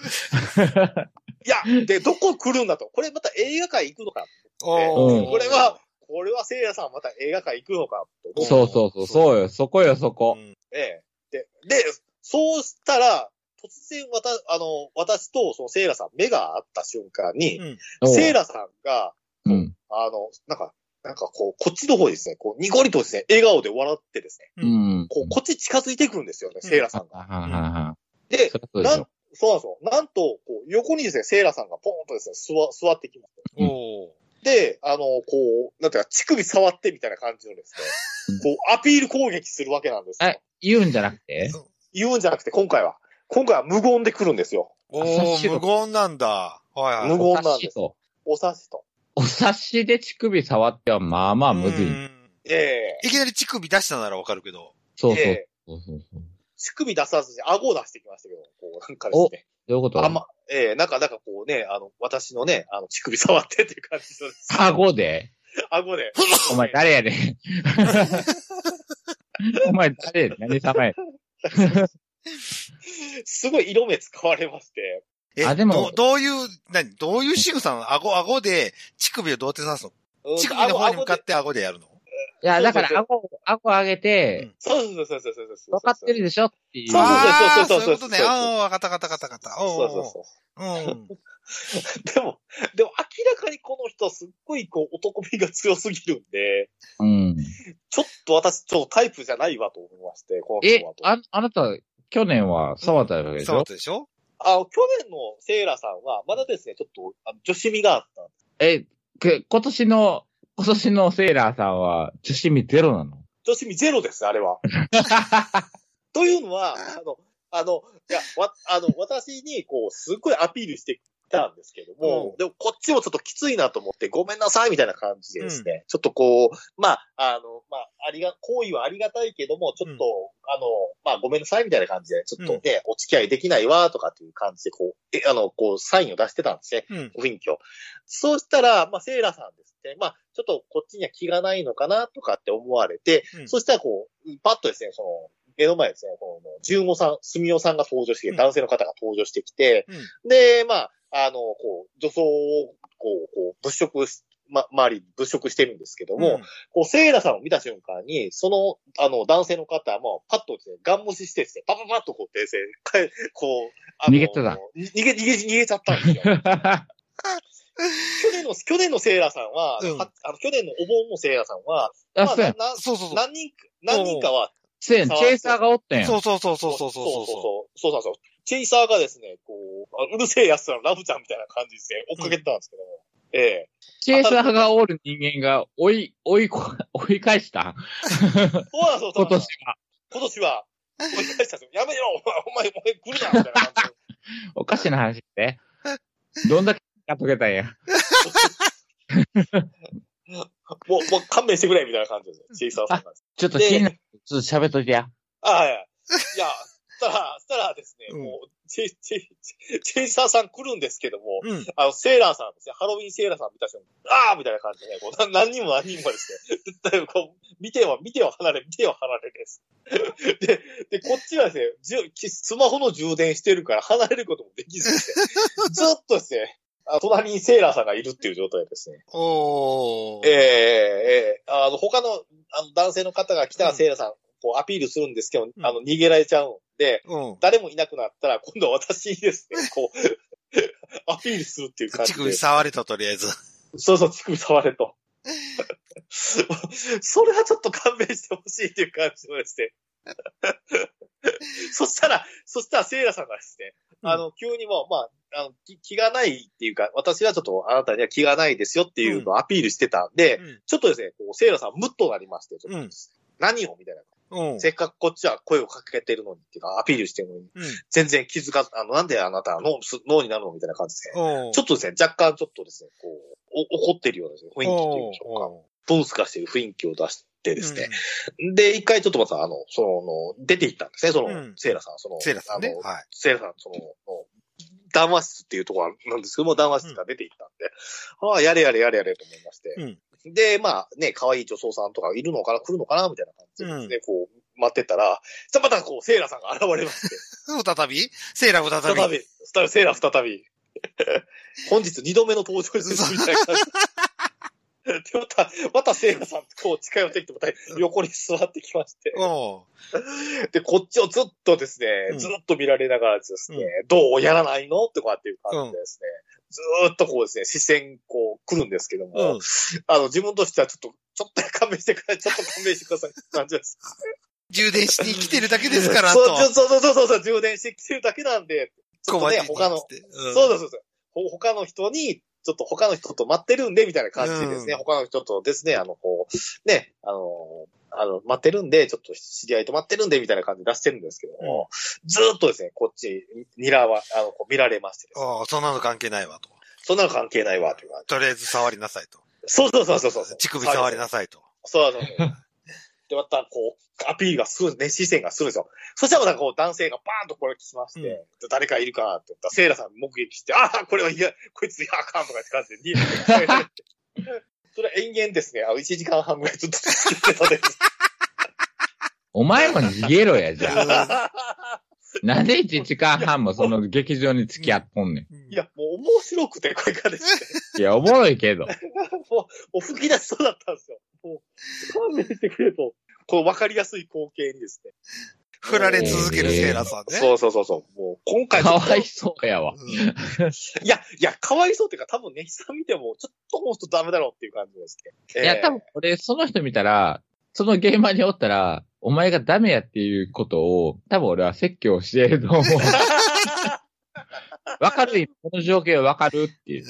Speaker 3: や、で、どこ来るんだと。これまた映画館行くのか
Speaker 1: おう
Speaker 2: うん
Speaker 3: これは、これは聖夜さんまた映画館行くのかと思
Speaker 2: そうそうそう、そうよ、そこよ、そこ。
Speaker 1: うん
Speaker 3: えええ。で、で、そうしたら、突然、わた、あの、私と、その、セイラさん、目が合った瞬間に、
Speaker 1: うん。
Speaker 2: おう
Speaker 3: セイラさんが、
Speaker 2: うん。
Speaker 3: あの、なんか、なんかこう、こっちの方にですね、こう、ニコリとですね、笑顔で笑ってですね、
Speaker 2: うん。
Speaker 3: こう、こっち近づいてくるんですよね、
Speaker 1: うん
Speaker 3: セイラさ
Speaker 2: は
Speaker 3: んが。
Speaker 2: ははは。
Speaker 3: で
Speaker 2: そ、りゃそうでしょ。
Speaker 3: そうなんですよ。なんと、こう、横にですね、セイラさんがポーンとですね、座、座ってきます。
Speaker 2: うん
Speaker 1: おー
Speaker 3: で、あの、こう、なんていうか、乳首触ってみたいな感じのですね、こう、アピール攻撃するわけなんですよ
Speaker 2: え。言うんじゃなくて
Speaker 3: 言うんじゃなくて、今回は。今回は無言で来るんですよ。
Speaker 1: お
Speaker 2: 察し
Speaker 1: ー
Speaker 2: ろ
Speaker 1: 無言なんだ。はいはい。
Speaker 3: 無言なんです
Speaker 2: お察しと。
Speaker 3: お察しと。
Speaker 2: お察しで乳首触っては、まあまあむず
Speaker 1: う
Speaker 2: い。
Speaker 1: ん
Speaker 3: ええ
Speaker 1: いきなり乳首出したならわかるけど。
Speaker 2: そう
Speaker 3: え
Speaker 2: そう
Speaker 3: え
Speaker 2: そうそうそう。
Speaker 3: 乳首出さずに顎を出してきましたけど、こう、なんかですね。
Speaker 2: どういうこと
Speaker 3: あんま、ええなんか、なんかこうね、あの、私のね、あの、乳首触ってっていう感じのです。
Speaker 2: 顎で
Speaker 3: 顎で。
Speaker 2: お前誰やねん。 お前誰何様や。
Speaker 3: すごい色目使われまして。
Speaker 1: え、
Speaker 2: あで
Speaker 1: ど
Speaker 2: も
Speaker 1: どういう、何どういう仕草なの顎、顎で乳首をどうやって刺すの
Speaker 3: うん
Speaker 1: 乳首の方に向かっ
Speaker 3: 顎顎で
Speaker 1: て顎でやるの
Speaker 2: いや、だから
Speaker 3: そう
Speaker 2: 顎を、顎上げて、
Speaker 3: そうそうそうそうそうそう。
Speaker 2: 分かってるでしょっていう。
Speaker 3: そうそう
Speaker 1: あー
Speaker 3: そ
Speaker 1: そう
Speaker 3: うそ
Speaker 1: いう
Speaker 3: そ
Speaker 1: こと
Speaker 3: うう
Speaker 1: ね。
Speaker 3: そうそう
Speaker 1: ああ、わかったわかったわかったわかった。おー
Speaker 3: そうそうそう。
Speaker 1: うん。
Speaker 3: でも、でも明らかにこの人すっごいこう男気が強すぎるんで、
Speaker 2: うん。
Speaker 3: ちょっと私ちょっとタイプじゃないわと思いまして、この
Speaker 2: え
Speaker 3: 人は、と。あ
Speaker 2: あ、あなた、去年は沢田だけでし
Speaker 1: そう
Speaker 2: ょ
Speaker 1: でしょ
Speaker 3: の、去年のセイラさんはまだですね、ちょっとあの女子味があったんで
Speaker 2: え、く今年の、今年のセーラーさんは女子味ゼロなの
Speaker 3: 女子味ゼロです、あ れは。というのは、あの、あの、いや、わ、あの、私にこう、すっごいアピールしてきたんですけども、
Speaker 1: うん
Speaker 3: でもこっちもちょっときついなと思って、ごめんなさいみたいな感じでですね、ちょっとこう、まあ、あの、まあ、ありが、行為はありがたいけども、ちょっと、あの、まあ、ごめんなさいみたいな感じで、ちょっとね、お付き合いできないわ、とかっていう感じで、こう、え、あの、こう、サインを出してたんですね。
Speaker 1: うん。
Speaker 3: 雰囲気を。そうしたら、まあ、セイラさんですね。まあ、ちょっとこっちには気がないのかなとかって思われて、
Speaker 1: うん
Speaker 3: そしたらこう、パッとですね、その、目の前ですね、この、十五さん、すみおさんが登場してき
Speaker 1: うん
Speaker 3: て、男性の方が登場してきて、で、まあ、あの、こう、女装を、こう、こう物色し、ま、周り物色してるんですけど
Speaker 1: うん。
Speaker 3: も、こう、セイラさんを見た瞬間に、その、あの、男性の方も、パッとですね、ガン無視してですね、パパパッとこう、訂正、かえこう、あの
Speaker 2: 逃げてた
Speaker 3: 逃げ、逃げ、逃げちゃったんですよ。去年の、去年のセーラーさんは、
Speaker 1: うん
Speaker 3: はあの去年のお盆のセーラーさんは、
Speaker 2: あ、
Speaker 3: まあ
Speaker 2: そうやん。
Speaker 3: なな
Speaker 1: そうそうそう。
Speaker 3: 何人か、何人かは、
Speaker 2: そうやん。チェイサーがおったやん。
Speaker 1: そうそうそうそうそうそう
Speaker 3: そ
Speaker 1: そうう
Speaker 3: そうそうそうなんですよチェイサーがですね、こう、あうるせえやつらのラブちゃんみたいな感じですね、追っかけてたんですけども、ええ
Speaker 2: チェイサーがおる人間が追い、 追いこ、追い返した
Speaker 3: そうなんですよ、そ
Speaker 2: 今
Speaker 3: うなんで
Speaker 2: 年
Speaker 3: すよ
Speaker 2: は。
Speaker 3: 今年は、追い返したんですよ。やめろ、お前、お前、お前来るな、みたいな感
Speaker 2: おかしな話って。どんだけが解けたんや。
Speaker 3: じで。もう、もう勘弁してくれ、みたいな感じですね、チェイサーさんが。
Speaker 2: ちょっと
Speaker 3: で
Speaker 2: 気になる。ちょっと喋っといてや。
Speaker 3: あはいはい。いや、したら、したらですね、
Speaker 1: うん
Speaker 3: もう、チェイ、チェイ、チェイサーさん来るんですけども、
Speaker 1: そう。うん。
Speaker 3: あの、セーラーさんですね、ハロウィンセーラーさん見た瞬間、あーみたいな感じでね、こうな何人も何人もですね、絶対こう、見ては、見ては離れ、見ては離れです。で、で、こっちはですね、じゅきスマホの充電してるから離れることもできずですね、ずっとですね、あ隣にセーラーさんがいるっていう状態ですね。
Speaker 1: おー。
Speaker 3: ええええええあの、他の、あの、男性の方が来たらセーラーさん、こう、アピールするんですけど、
Speaker 1: ん
Speaker 3: あの、逃げられちゃうんで、
Speaker 1: うん。
Speaker 3: 誰もいなくなったら、今度は私にですね、こう、 アピールするっていう感じ
Speaker 1: 乳
Speaker 3: で。
Speaker 1: 首触れたとりあえず。
Speaker 3: そうそう、乳首触れ と。それはちょっと勘弁してほしいっていう感じのです ね。そしたら、そしたらセイラさんがですね、
Speaker 1: うん
Speaker 3: あの、急にもう、まあ、あの気気がないっていうか、私はちょっとあなたには気がないですよっていうのをアピールしてたんで、
Speaker 1: うん
Speaker 3: ちょっとですね、こうセイラさんムッとなりまして、ちょっと
Speaker 1: うん
Speaker 3: 何をみたいな。
Speaker 1: うん。
Speaker 3: せっかくこっちは声をかけてるのにっていうか、アピールしてるのに、
Speaker 1: うん。
Speaker 3: 全然気づかず、あの、なんであなたは脳す脳になるのみたいな感じで。
Speaker 1: おー
Speaker 3: ちょっとですね、若干ちょっとですね、こう、お怒ってるようなですね、雰囲気というんでしょうか。
Speaker 1: お
Speaker 3: ブンスカしてる雰囲気を出して
Speaker 1: ー
Speaker 3: ですね。で、一回ちょっとまた、あの、その、出て行ったんですね、その、
Speaker 1: うん
Speaker 3: セイラさん、その、
Speaker 1: うん。セイラさんね
Speaker 3: あ。の
Speaker 1: はい。
Speaker 3: セイラさん、その、談話室っていうところなんですけども、談話室が出て行ったんで、ああ、やれやれやれやれと思いまして。で、まあね、可愛い女装さんとかいるのかな、来るのかな、みたいな感じでですね、こう、待ってたら、じゃあまたこう、セイラさんが現れまして、
Speaker 1: 再びセイラ再
Speaker 3: 再
Speaker 1: び。
Speaker 3: び、再 セイラ再び。本日二度目の登場です、みたいな感じで、また、また聖夜さん、こう近寄ってきて、また横に座ってきまして。
Speaker 1: うん。
Speaker 3: で、こっちをずっとですね、
Speaker 1: うん
Speaker 3: ずっと見られながらですね、どうやらないのってこうやっていう感じでですね、ずーっとこうですね、視線こう来るんですけども、
Speaker 1: うん。
Speaker 3: あの、自分としてはちょっと、ちょっと勘弁してください、ちょっと勘弁してくださいって感じです。
Speaker 1: 充電しに来てるだけ ですから、
Speaker 3: そ
Speaker 1: と。
Speaker 3: うそうそうそうそうそう、充電してきてるだけなんで、ちょっとね、
Speaker 1: 小町に
Speaker 3: 他の
Speaker 1: つっ、てうん
Speaker 3: そうです、そうです。ほ他の人に、ちょっと他の人と待ってるんで、みたいな感じでですね、
Speaker 1: うん
Speaker 3: 他の人とですね、あの、こう、ね、あの、あの、待ってるんで、ちょっと知り合いと待ってるんで、みたいな感じで出してるんですけども、ずーっとですね、こっちに、にらわ、あの、こう見られましてですね、
Speaker 1: ああ、そんなの関係ないわと。
Speaker 3: そんなの関係ないわ、という感じ。
Speaker 1: とりあえず触りなさいと。
Speaker 3: そうそうそうそうそう。
Speaker 1: 乳首触り
Speaker 3: な。
Speaker 1: なさいと。
Speaker 3: そ うそうそう。で、また、こう、アピールがするんですね、視線がするんですよ。そしたらまた、こう、男性がバーンとこれ来まして、
Speaker 1: うん
Speaker 3: で誰かいるかなって言ったら、セイラさん目撃して、ああ、これはいや、こいついやあかんとかって感じで、それは延々ですね、あの、1時間半ぐらいずっと続けてた んです。
Speaker 2: お前も逃げろや、じゃあ。
Speaker 3: い
Speaker 2: なんで1時間半もその劇場に付き合っとんね
Speaker 1: うん
Speaker 3: や、、もう面白くて、これがですね、
Speaker 2: ん。いや、おもろいけど。
Speaker 3: もう、もう吹き出しそうだったんですよ。もう、勘弁してくれと。こう、わかりやすい光景にですね。
Speaker 1: 振られ続けるセイラさんね。
Speaker 3: そうそうそうそう。もう、今回
Speaker 2: かわいそうやわ。
Speaker 1: うん
Speaker 3: いや、いや、かわいそうっていうか、多分ね、久見ても、ちょっともうちょっとダメだろうっていう感じですね。
Speaker 2: いや、多
Speaker 3: え
Speaker 2: 分俺、その人見たら、その現場におったら、お前がダメやっていうことを、多分俺は説教してると 思う。わかるこの状況わかるっていう。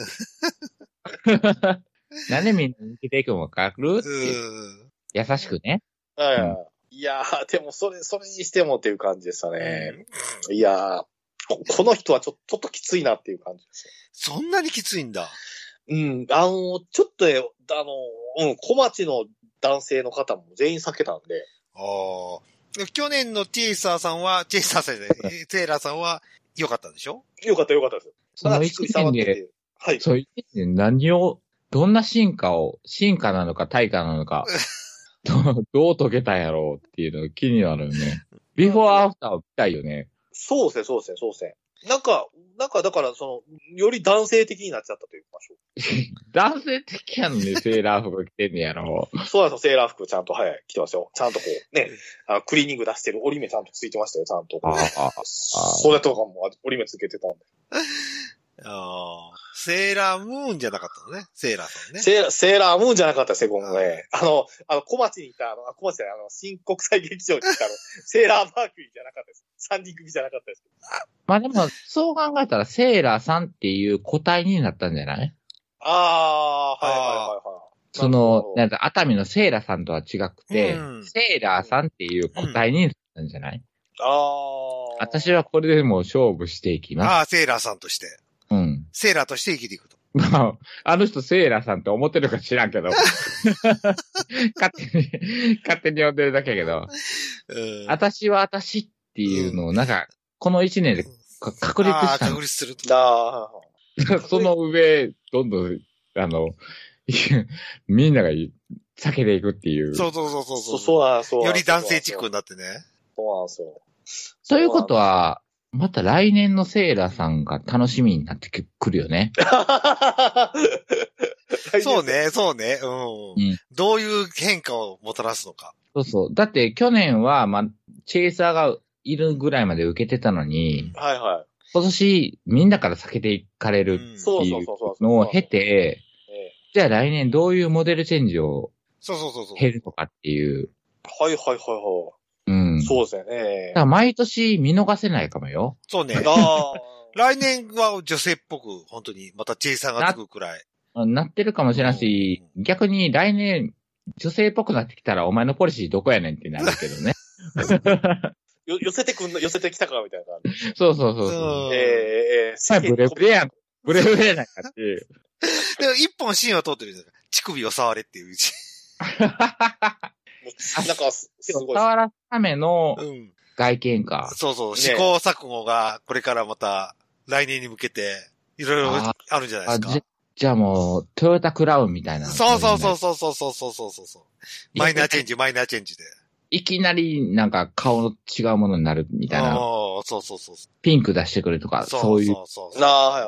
Speaker 2: なんでみんな抜けていくのわかるっていう。
Speaker 1: うん。
Speaker 2: 優しくね。
Speaker 3: えうんいやー、でも、それ、それにしてもっていう感じでしたね。いやー、ここの人はちょちょっときついなっていう感じです
Speaker 1: そんなにきついんだ。
Speaker 3: ね。うん、あの、ちょっとね、あの、うん、小町の男性の方も全員避けたんで、
Speaker 1: ああ。で去年のチェイサーさんは、チェイサーさんじゃない、えーセイラさんは良かったんでしょ
Speaker 3: よかったよかったですよ。
Speaker 2: その一年
Speaker 3: て
Speaker 2: で、
Speaker 3: て。はい。
Speaker 2: そう一年で何を、どんな進化を、進化なのか退化なの か、どうどう解けたんやろうっていうのが気になるよね。ビフォーアフターを見たいよね。
Speaker 3: そうですね、そうですね、そうですね。なんか、なんか、だから、その、より男性的になっちゃったというか、
Speaker 2: 男性的やのにセーラー服着てんねやろ。
Speaker 3: そうなんですよ、セーラー服ちゃんと、はい、着てますよ。ちゃんとこう、ね、あのクリーニング出してる折り目ちゃんとついてましたよ、ちゃんと。
Speaker 2: あ
Speaker 3: それとかも折り目つけてたんで。
Speaker 1: ああ。セーラームーンじゃなかったのね。セーラーさんね。
Speaker 3: セーラー、セーラームーンじゃなかったですね、今後ね。あの、あの、小町にいた、あの、あ小町じゃないあの、新国際劇場にいた、 あの、セーラーマーキュリーじゃなかったです。三人組じゃなかったです。
Speaker 2: まあでも、そう考えたらセーラーさんっていう個体になったんじゃない
Speaker 3: あー、はいはいはいはい。
Speaker 2: その、なんか熱海のセーラーさんとは違くて、
Speaker 1: うん
Speaker 2: セーラーさんっていう個体になったんじゃない、
Speaker 3: あー。
Speaker 2: 私はこれでもう勝負していきます。
Speaker 1: ああ、セーラーさんとして。
Speaker 2: うん。
Speaker 1: セーラーとして生きていくと。
Speaker 2: まあ、あの人セーラーさんって思ってるか知ら んけど。勝手に、勝手に呼んでるだけやけど、
Speaker 1: うん。
Speaker 2: 私は私っていうのを、なんか、この一年でか確立
Speaker 1: あ
Speaker 2: し
Speaker 1: あ、
Speaker 2: たの
Speaker 1: 確立すると。
Speaker 3: あー。
Speaker 2: その上、どんどん、あの、 みんなが避けていくっていう。
Speaker 1: そうそうそうそう
Speaker 3: そう、そうなんそうなん
Speaker 1: よ
Speaker 3: で
Speaker 1: り
Speaker 3: すよ
Speaker 1: 男性チックになってね。
Speaker 3: そうなんですよ。
Speaker 2: ということは、また来年のセーラーさんが楽しみになってくくるよね。
Speaker 1: そう。ね、そうね、うん。
Speaker 2: うん
Speaker 1: どういう変化をもたらすのか。
Speaker 2: そうそう。だって去年は、まあ、チェイサーがいるぐらいまで受けてたのに、
Speaker 3: はいは
Speaker 2: 今年みんなから避けていかれ
Speaker 1: う
Speaker 2: る
Speaker 1: ん
Speaker 3: い。
Speaker 1: そう
Speaker 3: そうそうそうそう。
Speaker 2: のを経て、
Speaker 3: ええ、
Speaker 2: じゃあ来年どういうモデルチェンジを
Speaker 1: そうそうそう。
Speaker 2: 減るとかっていう。
Speaker 3: はいはいはいは
Speaker 2: うん。
Speaker 3: い。
Speaker 2: う。
Speaker 3: そうですよね
Speaker 2: だか。ら毎年見逃せないかもよ。
Speaker 1: そうね。
Speaker 3: あ
Speaker 1: 来年は女性っぽく、本当に、またチェイさんがつくくらい。
Speaker 2: なってるかもしれんし、
Speaker 1: う
Speaker 2: 逆に来年、女性っぽくなってきたら、お前のポリシーどこやねんってなる けどね。
Speaker 3: ーよ寄せてくんの、寄せてきたかみたいな感じ。
Speaker 2: そうそうそううそう。
Speaker 1: ん。
Speaker 3: え
Speaker 1: で、
Speaker 3: えええ、
Speaker 2: お前ブレブレ やん。ブレブレやないかっていう。
Speaker 1: 一本シーンは通ってるじゃない乳首を触れっていう。
Speaker 3: なんか、すすごいです。
Speaker 2: 触らすための
Speaker 1: うん。
Speaker 2: 外見か。
Speaker 1: そうそう。
Speaker 3: ね
Speaker 1: 試行錯誤が、これからまた、来年に向けて、いろいろ
Speaker 2: あ
Speaker 1: あるんじゃない
Speaker 2: あ
Speaker 1: で
Speaker 2: じ
Speaker 1: す
Speaker 2: ゃじゃあもう、トヨタクラウンみたい
Speaker 1: か。
Speaker 2: な。
Speaker 1: そうそうそうそうそうそうそうそうそう。マイナーチェンジ、マイナーチェンジで。
Speaker 2: いきなり、なんか顔の違うものになるみたいな。
Speaker 1: おーそうそうそうそう。
Speaker 2: ピンク出してくるとか、そういう。
Speaker 1: そうそう。
Speaker 3: なあ、はい。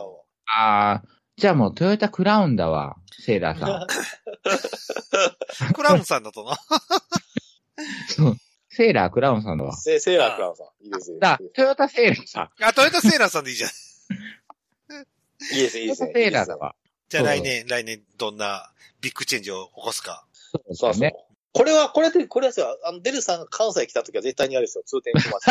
Speaker 2: ああ、じゃあもうトヨタクラウンだわ、セーラ ーさん。
Speaker 1: クラウンさんだとな。
Speaker 2: そう。セーラークラウンさんだわ。
Speaker 3: セセーラークラウンさん。いいですね。
Speaker 2: だ、トヨタセーラーさ
Speaker 1: あ、トヨタセーラーさんでいいじゃん。
Speaker 3: いいですね、
Speaker 2: ん。
Speaker 3: い
Speaker 2: トヨ
Speaker 3: いです
Speaker 2: タ
Speaker 3: ね。
Speaker 2: セーラーだわ。
Speaker 1: じゃあ
Speaker 2: そう
Speaker 1: 来年、来年どんなビッグチェンジを起こすか。
Speaker 2: そう
Speaker 3: そう
Speaker 2: です
Speaker 3: そう
Speaker 2: ね。。
Speaker 3: これは、これで、これですよ。あの、デルさんが関西来た時は絶対にあれですよ。通天来ます。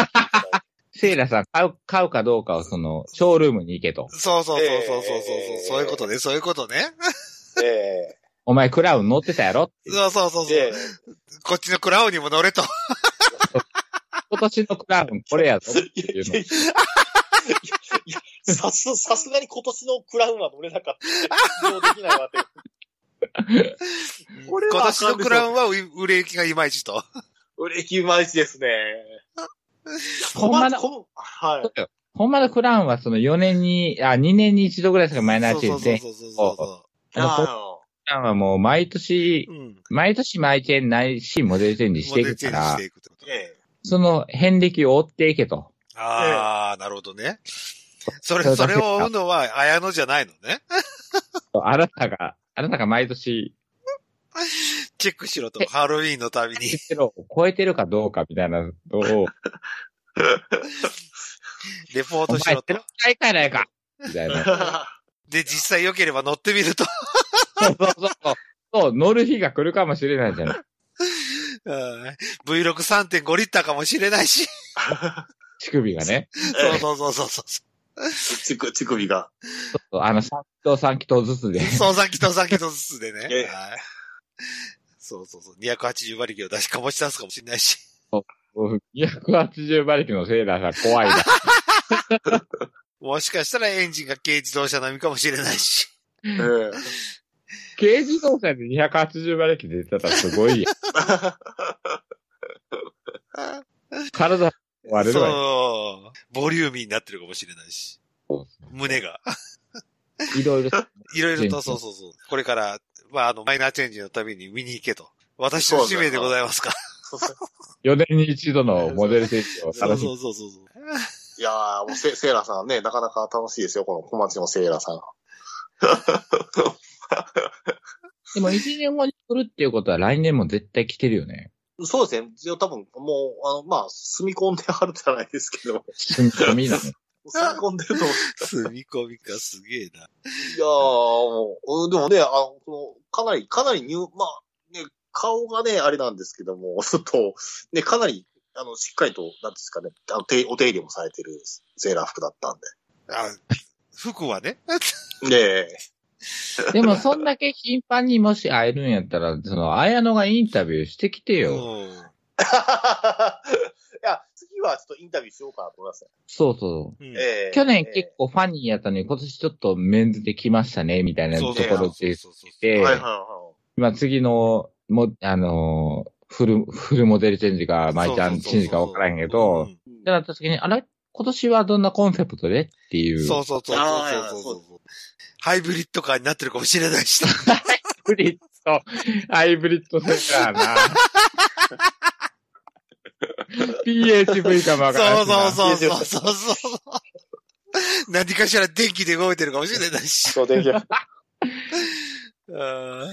Speaker 2: セーラーさん買う、買うかどうかをその、ショールームに行けと。
Speaker 1: そうそうそうそうそうそうそう、
Speaker 3: えー
Speaker 1: そういうことね、そういうことね。
Speaker 3: ええ
Speaker 2: お前クラウン乗ってたやろっていう
Speaker 1: そうそうそうそう
Speaker 3: で、。
Speaker 1: こっちのクラウンにも乗れと。
Speaker 2: 今年のクラウンこれやぞって
Speaker 3: い
Speaker 2: い う
Speaker 3: やい
Speaker 2: の
Speaker 3: や。いやさす、さすがに今年のクラウンは乗れなかった。利用できないわって。これは
Speaker 1: 今年のクラウンは売れ行きがいまいちと。
Speaker 3: 売れ行きまいちですね。
Speaker 2: ほんまの
Speaker 3: このはい。
Speaker 2: ほんまのクラウンはその4年に、あ、2年に一度ぐらいしかマイナーチェンジで、
Speaker 1: そうそうそうそ
Speaker 2: あのクラウンはもう毎年
Speaker 1: う。、うん。
Speaker 2: 毎年マイチェンないし、モデルチェンジしていくか
Speaker 1: モデルチェンジし
Speaker 2: ら
Speaker 1: て、いくってこと。
Speaker 3: え
Speaker 2: その遍歴を追っていけと。
Speaker 1: ああ、なるほどね。そ
Speaker 2: そ
Speaker 1: れ、
Speaker 2: れ
Speaker 1: そ
Speaker 2: だけ
Speaker 1: れ
Speaker 2: か
Speaker 1: を追うのは、綾野じゃないのね。
Speaker 2: あなたが、あなたが毎年、
Speaker 1: チェックしろと
Speaker 2: え。
Speaker 1: ハロウィーンのたびに。
Speaker 2: ゼロを超えてるかどうかみたいなの を、
Speaker 1: レポー
Speaker 2: お
Speaker 1: ト
Speaker 2: 前
Speaker 1: しろ
Speaker 2: ゼ
Speaker 1: と
Speaker 2: ロ。回かやないかみ たいな。
Speaker 3: え
Speaker 1: で、実際良ければ乗ってみると。
Speaker 2: そうそうそうそう。そう、乗る日が来るかもしれないじゃない。
Speaker 1: うん V63.5 リッターかもしれないし。
Speaker 2: 乳首がね。
Speaker 1: そうそうそうそうそう。
Speaker 3: ちく、乳首が。
Speaker 2: そうあの、3気筒3気筒ずつで。
Speaker 1: 相算機と算機とずつで
Speaker 3: ええ
Speaker 1: ね。はいそうそうそう。280馬力を出しかもし出すかもしれないし。
Speaker 2: もう280馬力のセーラーさん怖いな。
Speaker 1: もしかしたらエンジンが軽自動車並みかもしれないし。
Speaker 3: ええ
Speaker 2: 軽自動車で280馬力出てたらすごいや。体割れるわよ。
Speaker 1: そう。ボリューミーになってるかもしれないし。胸が。
Speaker 2: いろいろ。
Speaker 1: いろいろ
Speaker 2: 人
Speaker 1: と、
Speaker 2: 生
Speaker 1: そうそうそう。これから、まあ、あの、マイナーチェンジのために見に行けと。私の使命でございますか。
Speaker 2: 4年に一度のモデル選手を
Speaker 1: そう
Speaker 2: 楽し
Speaker 1: そ
Speaker 2: み。
Speaker 1: うそうそうそう。
Speaker 3: いやー、もう セセーラさんね、なかなか楽しいですよ、この小町のセーラさん。
Speaker 2: でも1年後に来るっていうことは来年も絶対来てるよね。
Speaker 3: そうですね。一応多分、もう、あの、まあ、住み込んであるじゃないですけ ど、
Speaker 2: 住みなの。
Speaker 3: 住み込んでると思う。
Speaker 1: 住み込みか、すげえな。
Speaker 3: いやー、もう、うんでもね、あの、この、かなり、かなり入、まあ、ね、顔がね、あれなんですけども、 ちょっと、ね、かなり、あの、しっかりと、なんですかね、あの手お手入れもされてるセーラー服だったん
Speaker 1: あ、服はね。
Speaker 3: で。 ね
Speaker 2: でもそんだけ頻繁にもし会えるんやったら、その、綾野がインタビューしてきて
Speaker 1: う
Speaker 2: よ。
Speaker 1: ん。
Speaker 3: え。いや、次はちょっとインタビューしようかなと思いますね。
Speaker 2: そうそう。
Speaker 1: うん
Speaker 3: ええ
Speaker 2: 去年
Speaker 3: ええ
Speaker 2: 結構ファニーやったのに、今年ちょっとメンズで来ましたね、みたいなと
Speaker 1: そうそう
Speaker 2: ころで、
Speaker 1: そうそうそう
Speaker 2: て
Speaker 3: はいはいは
Speaker 2: 今次の、も、あのーフル、フルモデルチェンジか、マイちゃんチェンジか分からへんけど、っ
Speaker 3: い。
Speaker 2: てなった時に、あれ今年はどんなコンセプトでってい
Speaker 1: うん
Speaker 2: う。
Speaker 1: そうそうそう
Speaker 3: あー
Speaker 1: そうそうそう。ハイブリッドカーになってるかもしれないし。
Speaker 2: ハイブリッド、ハイブリッドセラ ーな。PHV かもわからん
Speaker 1: そう
Speaker 2: し
Speaker 1: そ
Speaker 2: な
Speaker 1: うそうそうそうそう。何かしら電気で動いてるかもしれないし。
Speaker 3: そうできる
Speaker 1: うん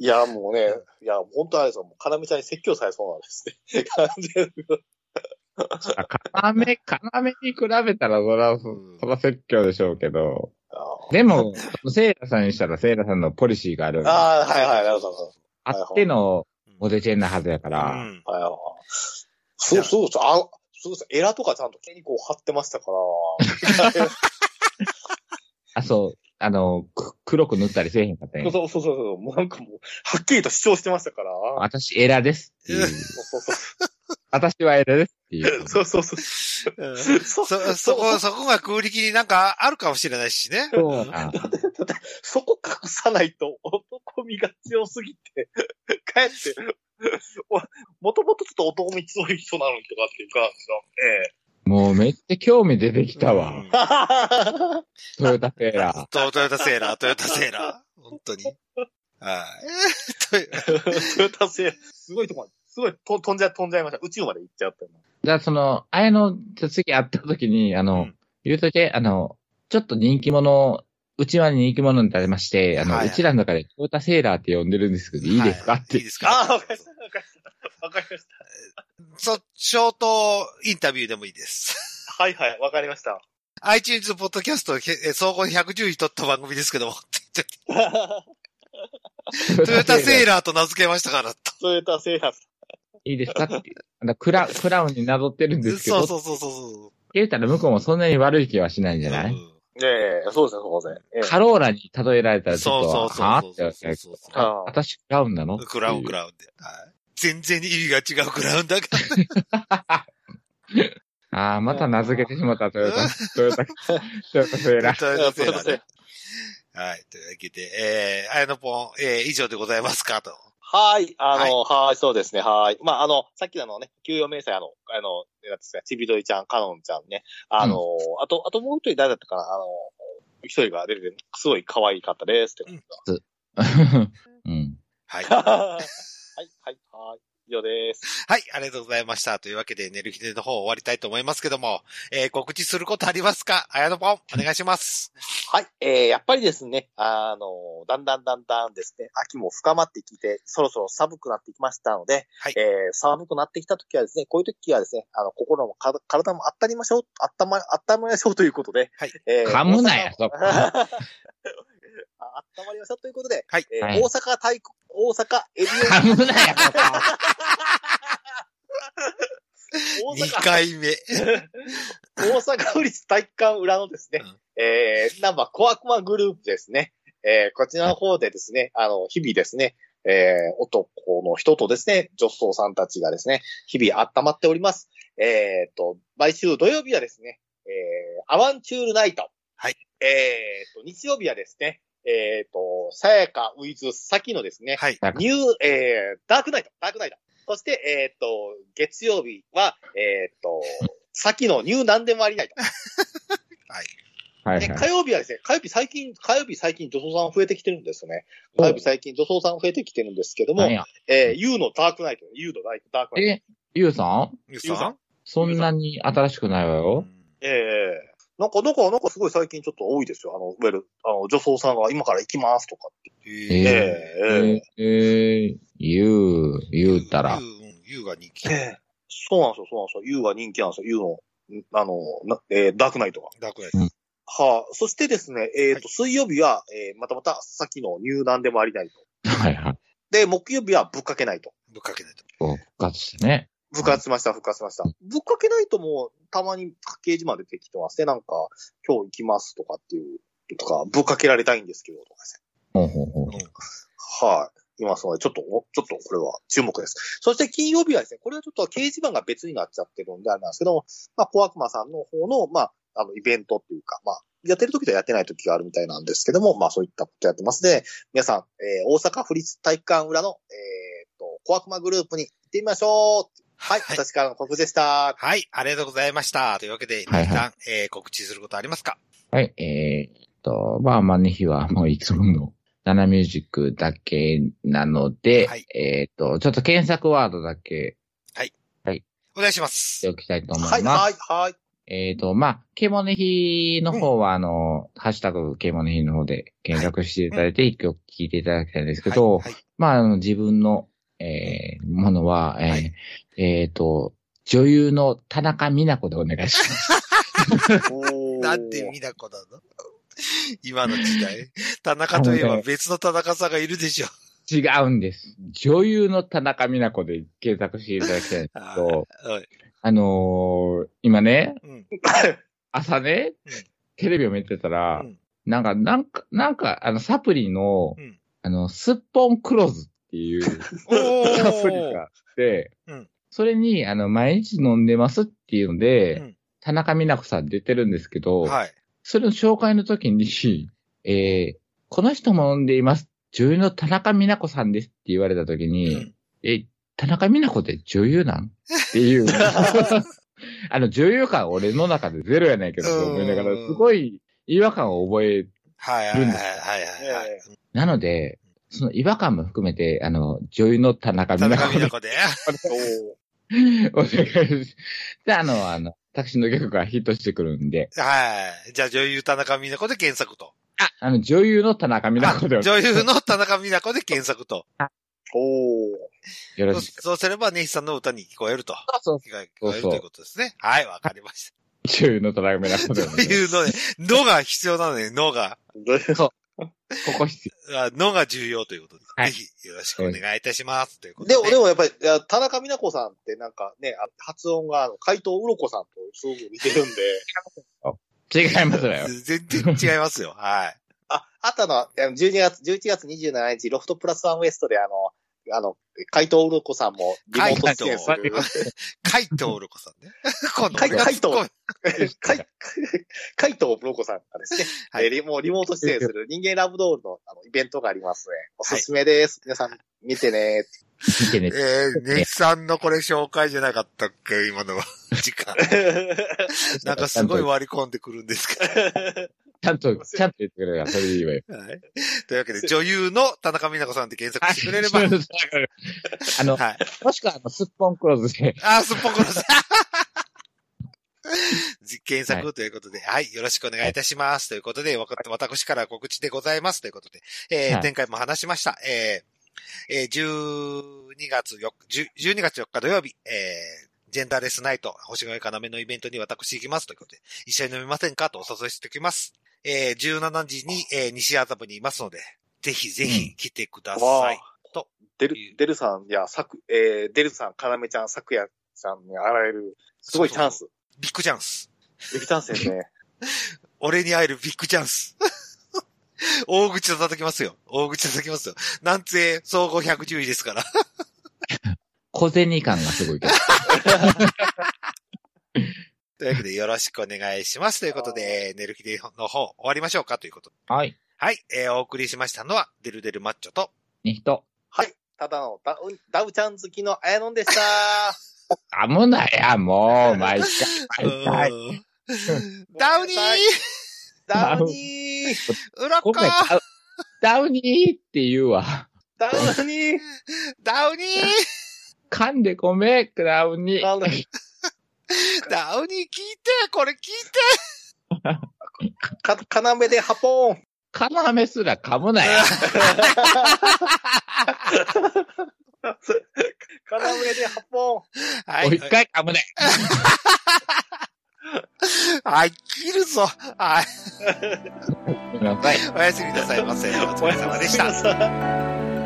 Speaker 3: いや、もうね、いや、本当あれですよ、もう、カラメちゃんに説教されそうなんですね。完全に
Speaker 2: あ要、要に比べたら、そら、そら説教でしょうけど。
Speaker 3: あ
Speaker 2: でも、セイラさんにしたらセイラさんのポリシーがある。
Speaker 3: ーあー、はいはい、なるほど。
Speaker 2: あってのモ
Speaker 1: う
Speaker 2: デルチェンなはずやから。
Speaker 1: ん。
Speaker 3: はいはいはい。そうそうそう、あ、そうそう、エラとかちゃんと毛にこう貼ってましたから。
Speaker 2: あ、そう。あの、く黒く塗ったりせえへんかったんや
Speaker 3: そうそうそうそう、もうなんかもう、はっきりと主張してましたから。
Speaker 2: 私、エラですっていう。
Speaker 3: そうそう
Speaker 2: 私はエラですっていう。
Speaker 3: そう。そうそう
Speaker 1: うん
Speaker 3: そう。
Speaker 1: そ、そこ、そこが空力になんかあるかもしれないしね。
Speaker 2: そうな。
Speaker 3: そこ隠さないと男味が強すぎて、 かえって、おもともとちょっと男味強い人なのにとかっていう感
Speaker 2: もうめっちゃ興味出てきたわ。
Speaker 1: うん
Speaker 3: じの、
Speaker 2: ト
Speaker 3: ええ。
Speaker 2: ヨタセーラー。
Speaker 1: トトヨタセーラー、トヨタセーラー。本当に。はい。という
Speaker 3: トヨタ製、 すごいとこまで、すごいと飛んじゃ、飛んじゃいました。宇宙まで行っちゃったの。
Speaker 2: じゃあ、その、あやの、次会った時に、あの、
Speaker 1: うん
Speaker 2: 言うといて、あの、ちょっと人気者うちは人気者になりまして、あの、
Speaker 1: はいう
Speaker 2: ちらの中でトヨタセーラーって呼んでるんですけど、いいですか、
Speaker 1: は
Speaker 2: って
Speaker 1: いいですか
Speaker 3: ああ、わかりました。わかりました。わかりまし
Speaker 1: そ、ショートインタビューでもいいです。
Speaker 3: た。はいはい、わかりました。
Speaker 1: iTunes ポッドキャスト、え総合110位取った番組ですけども、トヨタセー
Speaker 2: ラー。
Speaker 1: ラーと名付けましたからと。
Speaker 3: トヨタ制覇。
Speaker 2: いいですかって。あのクラ、クラウンになぞってるんですけど、
Speaker 1: そう
Speaker 2: って
Speaker 1: そうそうそうそう。
Speaker 2: 言ったら向こうもそんなに悪い気はしないんじゃない、
Speaker 1: うん
Speaker 3: ええそうですね、そうですね。
Speaker 2: カローラに例えられたらちょっと、
Speaker 1: そうそうそうそう
Speaker 2: はぁってわけ
Speaker 1: そうそうそう
Speaker 2: あ私クラウンなの
Speaker 1: クラウンク
Speaker 2: ラ
Speaker 1: ラウンで。はい全然意味が違うクラウンだから。
Speaker 2: ウン。ああ、また名付けてしまったトヨタ、トヨタ、トヨタセ ーラー。
Speaker 1: トヨ
Speaker 3: ええ
Speaker 1: タ
Speaker 3: ト
Speaker 1: セー
Speaker 3: ヨタ
Speaker 1: ラー
Speaker 3: 制
Speaker 1: で
Speaker 3: 覇。
Speaker 1: はい。というわけで、えー、あやのぽん、えー、以上でございますかと。
Speaker 3: はい、あの、はい、そうですね、はい。まあ、あの、さっきのあのね、給与明細、あの、あの、なんですか、ちびどりちゃん、かのんちゃんね、あの、あと、あともう一人誰だったかな、あの、一人が出てて、すごい可愛かったです ってこと
Speaker 2: うん。
Speaker 1: はい。
Speaker 3: だはい、はい、はい、以上です。
Speaker 1: はい、ありがとうございました。というわけで、寝る日での方終わりたいと思いますけども、えー、告知することありますかあやのぽん、お願いします。
Speaker 3: はい、えー、やっぱりですね、あの、だんだんだんだんですね、秋も深まってきて、そろそろ寒くなってきましたので、
Speaker 1: はい
Speaker 3: えー、寒くなってきた時はですね、こういう時はですね、あの、心もか体も温めましょう、温ま、温めましょうということで、
Speaker 1: はい
Speaker 3: え
Speaker 2: 噛むなや
Speaker 3: 大
Speaker 2: そ
Speaker 3: 阪
Speaker 2: こ
Speaker 3: あ温まりましょうということで、
Speaker 1: はい
Speaker 3: えー
Speaker 2: はい
Speaker 3: 大阪体育、大阪エリ
Speaker 2: 噛むなや、ここ
Speaker 3: オ、大
Speaker 1: 2
Speaker 3: 阪、
Speaker 1: 回目。
Speaker 3: 大阪府立体育館裏のですね、
Speaker 1: うん
Speaker 3: えー、ナンバーコアコアグループですね。えー、こちらの方でですね、あの、日々ですね、えー、男の人とですね、女装さんたちがですね、日々温まっております。えー、と、毎週土曜日はですね、えー、アワンチュールナイト。
Speaker 1: はい。
Speaker 3: えー、と、日曜日はですね、えー、と、さやかウィズさきのですね、
Speaker 1: はい。
Speaker 2: ダーク
Speaker 3: ニュー、えー、ダークナイト、ダークナイト。そして、えっ、と、月曜日は、えっ、と、先のニューなんでもありないと。
Speaker 1: はい。
Speaker 2: はい
Speaker 3: で
Speaker 2: は
Speaker 3: 火
Speaker 2: い。
Speaker 3: 曜日はですね、火曜日最近、火曜日最近女装さん増えてきてるんですよね。火曜日最近女装さん増えてきてるんですけども、
Speaker 2: 何や
Speaker 3: えー、ユーのダークナイト、ユーのダークダークナイ
Speaker 2: え、ゆうさん
Speaker 1: ゆう
Speaker 3: ゆうさ
Speaker 1: さ
Speaker 3: ん
Speaker 1: ん
Speaker 2: そんなに新しくないわ
Speaker 1: う
Speaker 2: よ。
Speaker 1: ん
Speaker 3: ト。ええなんか、なんか、なんかすごい最近ちょっと多いですよ。あの、いわゆる、あの、女装さんが今から行きますとかって。
Speaker 2: え
Speaker 3: え
Speaker 2: え
Speaker 3: えええ
Speaker 2: えー、えー、ゆう、ゆうたら
Speaker 1: ゆ。ううんゆうが人気。
Speaker 3: ええそうなんですよ、そうなんですよ。ユーが人気なんですよ、ユーの、あの、なえーダークナイトが。
Speaker 1: ダークナイ
Speaker 3: はあ、そしてですね、えっ、
Speaker 1: は
Speaker 3: と、水曜日は、えーまたまた、さっきの入団でもありないと。
Speaker 2: はいはい。
Speaker 3: で、木曜日はぶっかけないと。
Speaker 1: トぶっかけないと。
Speaker 2: こう復活してね。
Speaker 3: 復活しました、復活しました。ぶっかけないともう、たまにパッケージまで出てきてますね。なんか、今日行きますとかっていう、とか、ぶっかけられたいんですけど、とかです
Speaker 2: ほうほうほう。
Speaker 3: ね。はい、今、その、ちょっと、おちょっとこれは注目です。そして金曜日はですね、これはちょっと掲示板が別になっちゃってるんであれなんですけども、まあ、小悪魔さんの方の、まあ、あの、イベントっていうか、まあ、やってる時とやってない時があるみたいなんですけども、まあ、そういったことやってますで、皆さん、えー大阪府立体育館裏の、えーっと、小悪魔グループに行ってみましょうはい、
Speaker 1: はい。
Speaker 3: 私からの告知でした。
Speaker 1: はい、ありがとうございました。というわけで、一
Speaker 2: はいはい
Speaker 1: 旦、えー、告知することありますか
Speaker 2: はい、えーっと、まあ、マネヒはもういつもの、ナナミュージックだけなので、
Speaker 1: はい
Speaker 2: えーっと、ちょっと検索ワードだけ
Speaker 1: お願いしま
Speaker 2: し
Speaker 1: す
Speaker 2: て。おきたいと思います。
Speaker 3: はい、はい、はい。
Speaker 2: えっ、と、まあ、ケモネヒの方は、あの、ハッシュタグケモネヒの方で検索していただいて、一曲聴いていただきたいんですけど、
Speaker 1: はいはい
Speaker 2: まあ、あの、自分の、えー、ものは、えー
Speaker 1: はい
Speaker 2: えーと、女優の田中美奈子でお願いします。
Speaker 3: おー
Speaker 1: なん でみなこなの 今の時代。田中といえば別の田中さんがいるでしょ。
Speaker 2: 違うんです。女優の田中美奈子で検索していただきたいんですけど、
Speaker 1: はい
Speaker 2: あのー今ね、
Speaker 1: うん。
Speaker 2: 朝ね
Speaker 1: うん、
Speaker 2: テレビを見てたら、
Speaker 1: うん
Speaker 2: なんか、なんか、なんか、あの、サプリの、
Speaker 1: うん
Speaker 2: あの、スッポンクローズっていうサ
Speaker 1: お
Speaker 2: プリがあって、
Speaker 1: うん
Speaker 2: それに、あの、毎日飲んでますっていうので、
Speaker 1: うん
Speaker 2: 田中美奈子さん出てるんですけど、
Speaker 1: はい。
Speaker 2: それの紹介の時に、えーこの人も飲んでいます。女優の田中美奈子さんですって言われた時に、
Speaker 1: うん
Speaker 2: え、田中美奈子って女優なんって いう。あの、女優感俺の中でゼロやないけど、と思いながら、
Speaker 1: うん
Speaker 2: すごい違和感を覚え、
Speaker 1: はいはいはいはいはい。
Speaker 3: え
Speaker 2: なので、その違和感も含めて、あの、女優の田中美
Speaker 1: 田中
Speaker 2: 奈
Speaker 1: み
Speaker 2: 子
Speaker 1: な
Speaker 2: で
Speaker 1: こで。
Speaker 3: ーおー
Speaker 2: お願いしで、あの、あの、私の曲がヒットしてくるんで、
Speaker 1: はい。じゃあ女優田中みなこで検索と。
Speaker 2: あの、女優の田中美奈子で
Speaker 1: あ女優の田中美奈子で検索と。
Speaker 3: おー。
Speaker 2: よ
Speaker 1: そ
Speaker 2: ろ
Speaker 1: う
Speaker 2: しく。
Speaker 1: そうすれば、ネヒさんの歌に聞こえると。
Speaker 2: そう
Speaker 1: 聞
Speaker 2: そ
Speaker 1: こ
Speaker 2: う
Speaker 1: え
Speaker 2: そ
Speaker 1: る
Speaker 2: う
Speaker 1: ということですね。はい、わかりまし
Speaker 2: 女優の田中美奈子で
Speaker 1: た。
Speaker 2: お願
Speaker 1: と
Speaker 2: いします
Speaker 1: いうので、のが必要なので、のが、
Speaker 3: どういう
Speaker 2: ここ必
Speaker 1: あのが重要ということで、
Speaker 2: はい
Speaker 1: ぜひよろしくお願いいたします。ということ
Speaker 3: で
Speaker 1: で。
Speaker 3: も、でもやっぱり、いや田中美奈子さんってなんかね、あ発音が、あの、怪盗うろこさんとすごく似てるん で、
Speaker 2: 要。違いますよ。
Speaker 1: 全然違いますよ。はい。
Speaker 3: あ、あとあの、あの12月、11月27日、ロフトプラスワンウエストであの、あの、怪盗うろこさんもリモート出演する。
Speaker 1: カイトウルコさんね。今度俺が
Speaker 3: カイト
Speaker 1: 突っ込む
Speaker 3: 怪 怪盗うろこさんがですね、
Speaker 1: はい
Speaker 3: えーリもうリモート出演する人間ラブドールのあのイベントがありますね。おすすめです。皆さん見 てね
Speaker 2: 見てね。
Speaker 1: えー、ネヒさんのこれ紹介じゃなかったっけ今のは時 間。なんかすごい割り込んでくるんですけ
Speaker 2: ちゃんと、ちゃんと言ってくれるから、それでいいわよ。
Speaker 1: ど。はい。というわけで、女優の田中美奈子さんで検索してくれれ ば。
Speaker 2: 女優の田中美奈子あの、
Speaker 1: はい。
Speaker 2: もしくは、あの、すっぽんクローズで。
Speaker 1: あー、すっぽんころさん。実験作ということで、はい、よろしくお願いいたします。ということで、わかった私から告知でございます。ということで、えー
Speaker 2: はい
Speaker 1: 前回も話しました。えーえー12月4日、10 12月4日土曜日、えージェンダーレスナイト、星越かなめのイベントに私行きますということで、一緒に飲みませんかとお誘いしておきます。えー17時に、えー西麻布にいますので、ぜひぜひ来てくだ
Speaker 3: ー。
Speaker 1: さい。と
Speaker 3: と。デル、デルさんや、さく、えー、デルさん、かなめちゃん、さくやさんにあられる、すごいチャンス。
Speaker 1: ビッグチャンス。
Speaker 3: ビッグチャンスですね。
Speaker 1: 俺に会えるビッグチャンス。 大口叩きますよ。大口叩きますよ。なんつ総合110位ですから。
Speaker 2: 小銭感がすごいけど。
Speaker 1: というわけでよろしくお願いします。ということで、寝る日での方終わりましょうかということで。
Speaker 2: はい。
Speaker 1: はい、えーお送りしましたのは、デルデルマッチョと、
Speaker 2: に人。
Speaker 3: はい。ただのダウン、ダウちゃん好きのあやのんで した。
Speaker 2: あむなや、もう、毎回、毎回。
Speaker 1: うーんダウニー
Speaker 3: ダウニー
Speaker 1: うろこ
Speaker 2: 今回ダウ、ダウニーって言うわ。
Speaker 3: ダウニー
Speaker 1: ダウニー
Speaker 2: 噛んでごめん、ダウニー。
Speaker 3: なんだ
Speaker 1: ダウニー聞いてこれ聞いて
Speaker 3: か、 かなめでハポー ン
Speaker 2: カナメすら噛むなや。
Speaker 3: かなめでハポーン
Speaker 1: は
Speaker 2: もう
Speaker 1: い
Speaker 2: 一。回噛むなや。
Speaker 1: はい、切るぞ。はい。
Speaker 2: ごめんなさい。
Speaker 1: おやすみなさいませ。お疲れ様でし
Speaker 3: ご
Speaker 1: た
Speaker 3: めんな。さい